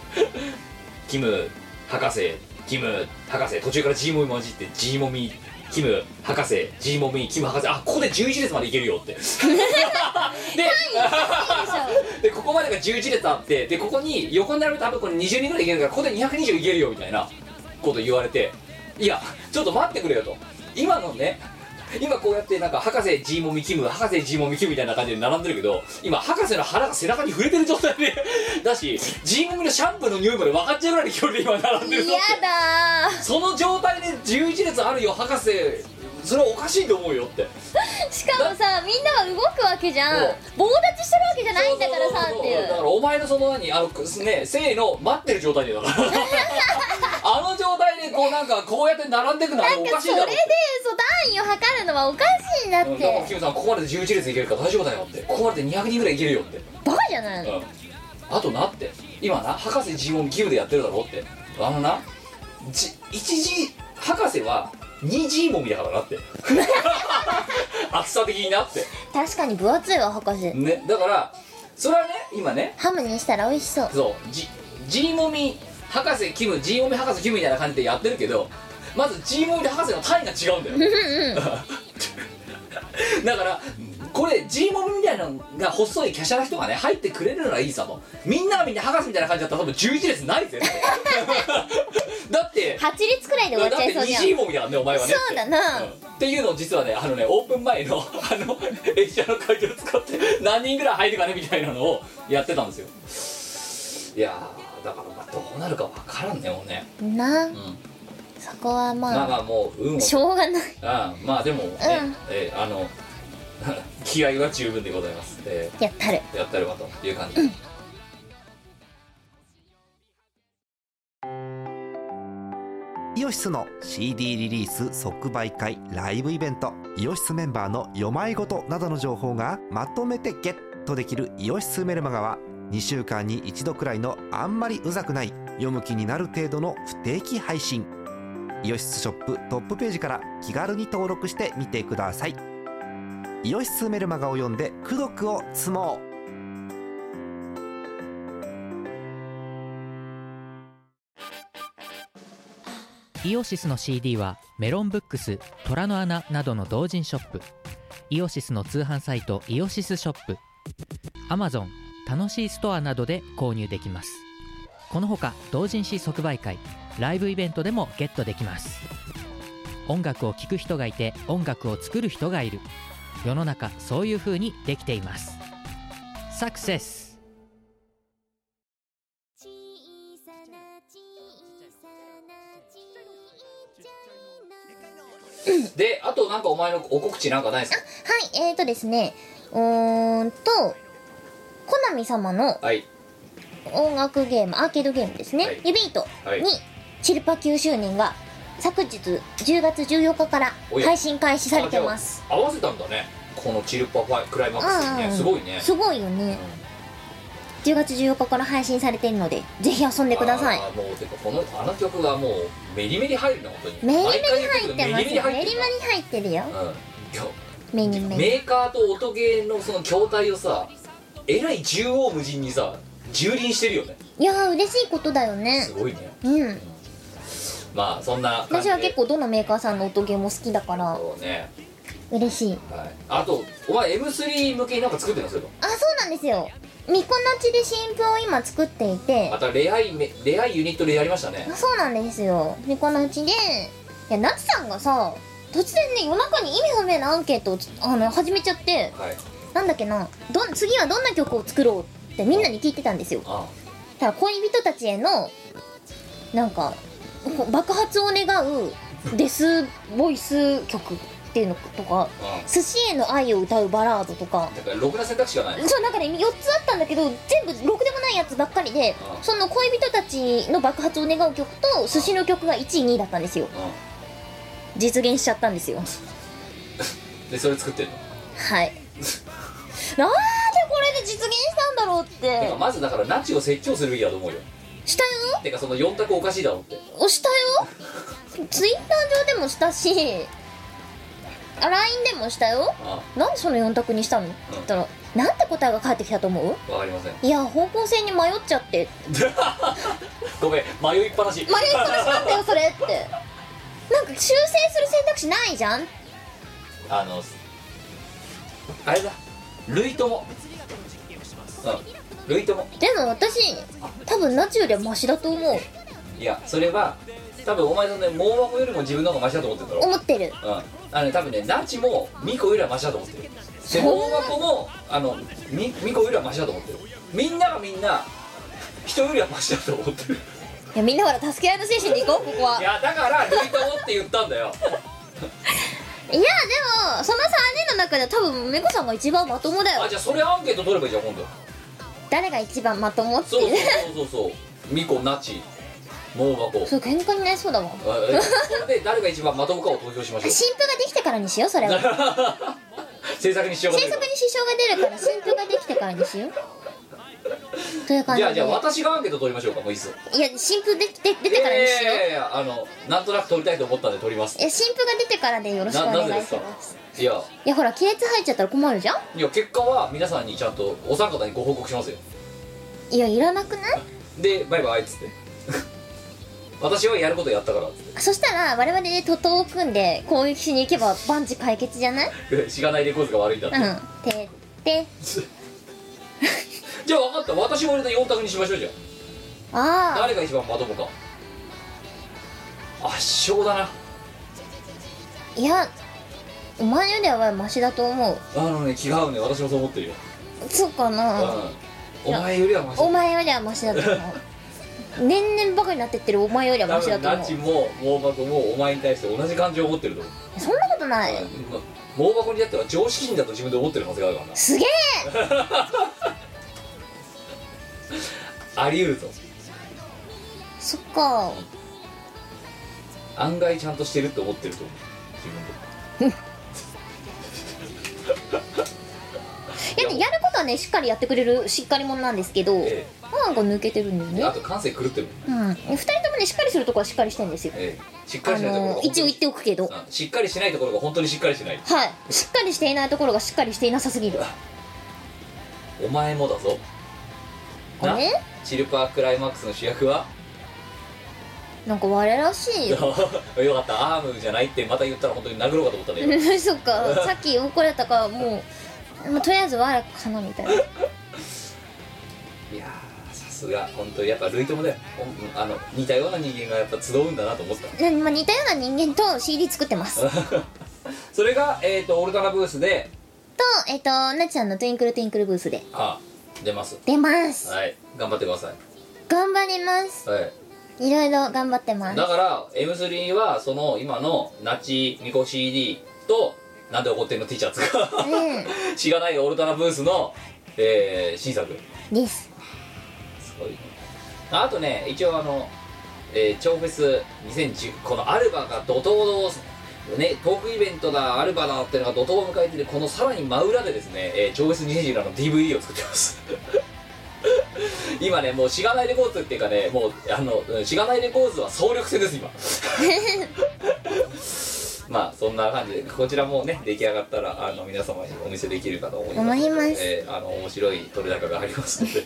Speaker 3: 「キム博士キム博士途中からジーモミ混じってジーモミキム博士ジーモミキム博士あここで11列までいけるよ」ってででここまでが11列あってでここに横に並べたら多分これ20人ぐらいいけるからここで220いけるよみたいなこと言われていやちょっと待ってくれよと今のね今こうやってなんか博士ジーモミキム博士ジーモミキムみたいな感じで並んでるけど今博士の腹が背中に触れてる状態で だしジーモミのシャンプーの匂いまで分かっちゃうぐらいの距離で今並んでるぞって
Speaker 4: やだ
Speaker 3: その状態で11列あるよ博士それはおかしいと思うよって
Speaker 4: ーしかもさみんなは動くわけじゃん
Speaker 3: そう
Speaker 4: 棒立ちしてるわけじゃないんだからさってい
Speaker 3: だか
Speaker 4: う
Speaker 3: らお前のその何あのくね性の待ってる状態で だからあの状態でこうなんかこうやって並んでくのはおかしい
Speaker 4: そ
Speaker 3: だろ
Speaker 4: れでそう単位を測るのはおかしいんだっ
Speaker 3: うんだからキ
Speaker 4: て
Speaker 3: ムさんここまでで11列いけるから大丈夫だよってここまでで200人ぐらいいけるよって
Speaker 4: バカじゃないの
Speaker 3: うん、あとなって今な博士尋問義務でやってるだろうってあのなじ一時博士は 2G もみだからなって 厚さ的になって
Speaker 4: 確かに分厚いわ博士
Speaker 3: ねだからそれはね今ね
Speaker 4: ハムにしたら美味しそう
Speaker 3: そうジジーモミ博士キムジーモミ博士キムみたいな感じでやってるけどまずジーモミと博士の単位が違うんだよ だからこれジーモミみたいなのが細い華奢な人がね入ってくれるならいいさとみんながみんな博士みたいな感じだったら多分11列ないぜ だって
Speaker 4: 8列くらいで終わっ
Speaker 3: だっ
Speaker 4: ちゃい
Speaker 3: て
Speaker 4: そうじゃん
Speaker 3: 二位もみだからねお前はねって
Speaker 4: そうだな
Speaker 3: っていうのを実はねあのねオープン前の あの駅舎の会場を使って何人ぐらい入るかねみたいなのをやってたんですよいやーだからまあどうなるかわからんねもうね、
Speaker 4: な
Speaker 3: うん
Speaker 4: そこは
Speaker 3: まあ
Speaker 4: まあ
Speaker 3: まあもう運を
Speaker 4: しょうがない
Speaker 3: ああまあでもね、
Speaker 4: うん
Speaker 3: えーあの 気合は十分でございます、え
Speaker 4: やったる
Speaker 3: ーやったるわという感じ、
Speaker 5: イオシスの CD リリース即売会ライブイベントイオシスメンバーの読まいごとなどの情報がまとめてゲットできる「イオシスメルマガ」は2週間に1度くらいのあんまりうざくない読む気になる程度の不定期配信イオシスショップトップページから気軽に登録してみてくださいイオシスメルマガを読んで「功徳を積もう」
Speaker 6: イオシスの CD はメロンブックス虎の穴などの同人ショップイオシスの通販サイトイオシスショップ Amazon 楽しいストアなどで購入できますこのほか同人誌即売会ライブイベントでもゲットできます音楽を聴く人がいて音楽を作る人がいる世の中そういう風にできていますサクセス
Speaker 1: 小さな小さなちっちゃいの
Speaker 3: であとなんかお前のお告知なんかないですか
Speaker 4: はいえーとですねうーんとコナミ様の
Speaker 3: はい
Speaker 4: 音楽ゲームアーケードゲームですね、
Speaker 3: はい
Speaker 4: ユビート
Speaker 3: はい
Speaker 4: にシルパ9周年が昨日10月14日から
Speaker 3: おや
Speaker 4: 配信開始されてます
Speaker 3: あじゃあ合わせたんだねこのチルパファイクライマックスに
Speaker 4: う
Speaker 3: ね
Speaker 4: ん
Speaker 3: すごいね
Speaker 4: すごいよね10月14日から配信されてるのでぜひ遊んでください
Speaker 3: あーもうてかこのあの曲はもうメリメリ入るな本当に
Speaker 4: メリメリ
Speaker 3: 毎回
Speaker 4: 入ってますよ
Speaker 3: 言うけど
Speaker 4: メリメリ入ってるよメ
Speaker 3: メ
Speaker 4: ニメリ
Speaker 3: リメリ入ってるうん今日メーカーと音ゲーのその筐体をさえらい縦横無尽にさ蹂躙してるよね
Speaker 4: いやー嬉しいことだよね
Speaker 3: すごいね
Speaker 4: うん
Speaker 3: まあそんな感
Speaker 4: 私
Speaker 3: じで
Speaker 4: は結構どのメーカーさんの音ゲーも好きだから
Speaker 3: そうね、
Speaker 4: 嬉しい
Speaker 3: はい、あとお前 M3 向けになんか作ってますよ
Speaker 4: あそうなんですよミコナチで新譜を今作っていて
Speaker 3: また恋愛め恋愛ユニットでやりましたね
Speaker 4: あそうなんですよでこのうちでいやなつさんがさ突然ね夜中に意味不明なアンケートをつあの始めちゃって
Speaker 3: はい
Speaker 4: なんだっけなどん次はどんな曲を作ろうってみんなに聞いてたんですよ
Speaker 3: あ
Speaker 4: ただ恋人たちへのなんかこう爆発を願うデスボイス曲っていうのとか
Speaker 3: あ
Speaker 4: 寿司への愛を歌うバラードとか
Speaker 3: だからろくな選択肢がない
Speaker 4: そうなんかね4つあったんだけど全部ろくでもないやつばっかりで
Speaker 3: うん
Speaker 4: その恋人たちの爆発を願う曲と寿司の曲が1位2位だったんですよ
Speaker 3: う
Speaker 4: 実現しちゃったんですよ
Speaker 3: んでそれ作ってるの
Speaker 4: はいなんでこれで実現したんだろうって
Speaker 3: かまずだからナチを説教するべきだと思うよ
Speaker 4: したよ
Speaker 3: てかその4択おかしいだろって
Speaker 4: 押したよツイッター上でもしたしあ LINE でもしたよ
Speaker 3: あ
Speaker 4: なんでその4択にしたのって言ったら、なんて答えが返ってきたと思う
Speaker 3: わかりません
Speaker 4: いや方向性に迷っちゃって
Speaker 3: ごめん迷いっぱなし迷
Speaker 4: 迷い込しなんだよそれってなんか修正する選択肢ないじゃん
Speaker 3: あのあれだ類ともうん類とも
Speaker 4: でも私多分ナチよりはマシだと思う
Speaker 3: いやそれは多分お前のね網膜よりも自分の方がマシだと思ってるだろ
Speaker 4: 思ってる
Speaker 3: うんあのね多分ねナチもミコよりはマシだと思ってるで
Speaker 4: んな
Speaker 3: 網膜もあのミミコよりはマシだと思ってるみんながみんな人よりはマシだと思ってる
Speaker 4: いやみんなほら助け合いの精神でいこうここはいいや
Speaker 3: やだから類ともって言ったんだよ
Speaker 4: でもその3人の中では多分めこさんが一番まともだ
Speaker 3: あ
Speaker 4: よ
Speaker 3: じゃあそれアンケート取ればいいじゃん今度
Speaker 4: 誰が一番まともって
Speaker 3: そう
Speaker 4: い
Speaker 3: そう
Speaker 4: う
Speaker 3: そうそうそうミコナチモーバコ
Speaker 4: そう喧嘩になりそうだわ
Speaker 3: あえそれで誰が一番まともかを投票しましょ
Speaker 4: 新婦ができてからにしようそれ
Speaker 3: う
Speaker 4: は
Speaker 3: 制作にしよう
Speaker 4: 制作に支障が出るから新婦ができてからにしようという感
Speaker 3: じ
Speaker 4: じ
Speaker 3: ゃ
Speaker 4: で
Speaker 3: あじゃあ私がアンケート取りましょうかもういいっすよ
Speaker 4: いや新風でで出
Speaker 3: いや
Speaker 4: てから
Speaker 3: い
Speaker 4: にしよう
Speaker 3: やいやあのなんとなく取りたいと思ったんで取ります
Speaker 4: いや新風が出てからでよろしくお
Speaker 3: なな
Speaker 4: 願い
Speaker 3: ぜ
Speaker 4: し
Speaker 3: で
Speaker 4: ますす
Speaker 3: かいや
Speaker 4: いやほら亀裂入っちゃったら困るじゃん
Speaker 3: いや結果は皆さんにちゃんとお三方にご報告しますよ
Speaker 4: いやいらなくない
Speaker 3: でバイバイっつって 私はやることやったからっつ
Speaker 4: そしたら我々で徒党を組んで攻撃しに行けば万事解決じゃない
Speaker 3: って しがないレコーズが悪いんだって、
Speaker 4: うんてで
Speaker 3: じゃあ分かった私も俺と4択にしましょうじゃあ
Speaker 4: ああ
Speaker 3: 誰が一番まともか圧勝だない
Speaker 4: やお前よりはマシだと思う
Speaker 3: あのね気が合うね私もそう思ってるよ、
Speaker 4: そうか
Speaker 3: う、
Speaker 4: なん
Speaker 3: お前よりはマシ
Speaker 4: お前よりはマシだと思 う年々バカになってってるお前よりは
Speaker 3: 多
Speaker 4: マシだと
Speaker 3: 分ナ
Speaker 4: 思う
Speaker 3: ッチも盲箱もお前に対して同じ感情を持ってると思う
Speaker 4: そんなことない
Speaker 3: ま盲箱にだっては常識人だと自分で思ってるはずがあるからな
Speaker 4: すげえ
Speaker 3: あり得るぞ
Speaker 4: そっか
Speaker 3: 案外ちゃんとしてるって思ってると思う自分で
Speaker 4: いやでやることはねしっかりやってくれるしっかり者なんですけど
Speaker 3: え
Speaker 4: なんか抜けてるんだよ
Speaker 3: えで
Speaker 4: ね
Speaker 3: あと感性狂ってるもん、
Speaker 4: うん、2人ともねしっかりするとこはしっかりしてんですよ
Speaker 3: ええしっ
Speaker 4: あ
Speaker 3: かりしないところ
Speaker 4: の
Speaker 3: が
Speaker 4: ー一応言っておくけど
Speaker 3: うんしっかりしないところが本当にしっかりしない
Speaker 4: はいしっかりしていないところがしっかりしていなさすぎる
Speaker 3: お前もだぞ
Speaker 4: あれ
Speaker 3: チルパークライマックスの主役は
Speaker 4: なんか我らしい
Speaker 3: よ
Speaker 4: よ
Speaker 3: かったアームじゃないってまた言ったら本当に殴ろうかと思った ね
Speaker 4: そっかさっき怒られたからもうもうとりあえず我らかなみたいない
Speaker 3: やーさすが本当にやっぱ類友だよほんうんあの似たような人間がやっぱ集うんだなと思った
Speaker 4: なまあ、似たような人間と CD 作ってますと
Speaker 3: それが、えー、とオルタナブースで
Speaker 4: えっ、となっちゃんのトゥインクルトゥインクルブースで
Speaker 3: あ出ます
Speaker 4: 出ます、
Speaker 3: はい頑張ってくださ
Speaker 4: 頑張ります
Speaker 3: い、はい、
Speaker 4: いろいろ頑張ってます
Speaker 3: だから M3 はその今のナチミコ CD となんで怒ってんの T シャツが
Speaker 4: う
Speaker 3: しがないオルタナブースの、えー、新作
Speaker 4: んです
Speaker 3: すごいねあとね一応あの、えー、超フェス2010このアルバが怒涛のねトークイベントだアルバだっていうのが怒涛を迎えててこのさらに真裏でですね、えー、超フェス2010の DVD を作ってます今ねもうしがないレコーズっていうかねもうあのうんしがないレコーズは総力戦です今 まあそんな感じでこちらもね出来上がったらあの皆様にお見せできるかと思います
Speaker 4: 思います
Speaker 3: えーあの面白い撮れ高がありますので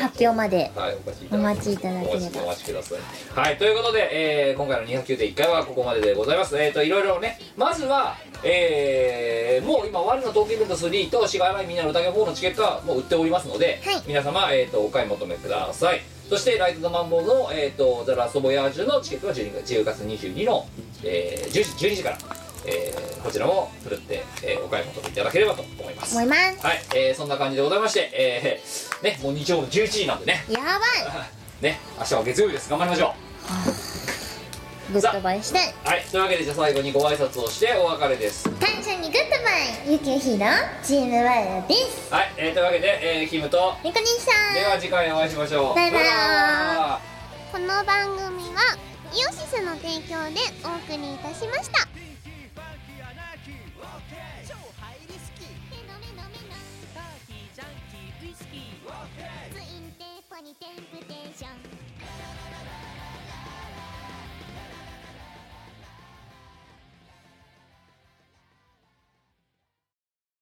Speaker 4: 発表まで
Speaker 3: はい、お待ちい
Speaker 4: お
Speaker 3: ただ
Speaker 4: 待
Speaker 3: き
Speaker 4: ちいただけ
Speaker 3: お
Speaker 4: れ
Speaker 3: 待ちお
Speaker 4: ば
Speaker 3: 待ちください。はい、ということで、えー今回の209.1回はここまででございます。えっ、と、いろいろね、まずは、えーもう今、我の東京イベント3と、しがないみんなの宴4のチケットはもう売っておりますので、
Speaker 4: はい
Speaker 3: 皆様、えっ、と、お買い求めください。そして、ライトのマンボウの、えっ、と、ザ・ラスト・ボヤージュのチケットは12月 ,10 月22の、えー10時、12時から、えーこちらも振るって、えーお買い求めいただければと思います。
Speaker 4: 思
Speaker 3: はいい、
Speaker 4: ます
Speaker 3: えーそんな感じでございまして、えーね、もう日曜の11時なんでね、
Speaker 4: やばい
Speaker 3: ね明日は月曜日です頑張りましょ
Speaker 4: グッドバイして
Speaker 3: うはいというわけでじゃあ最後にご挨拶をしてお別れです
Speaker 4: 感謝にグッドバイゆきひろチームワイラです
Speaker 3: はい、えーというわけで、えーキムと
Speaker 4: ニコ兄さん
Speaker 3: では次回お会いしましょう
Speaker 4: バイバイ
Speaker 1: この番組はイオシスの提供でお送りいたしました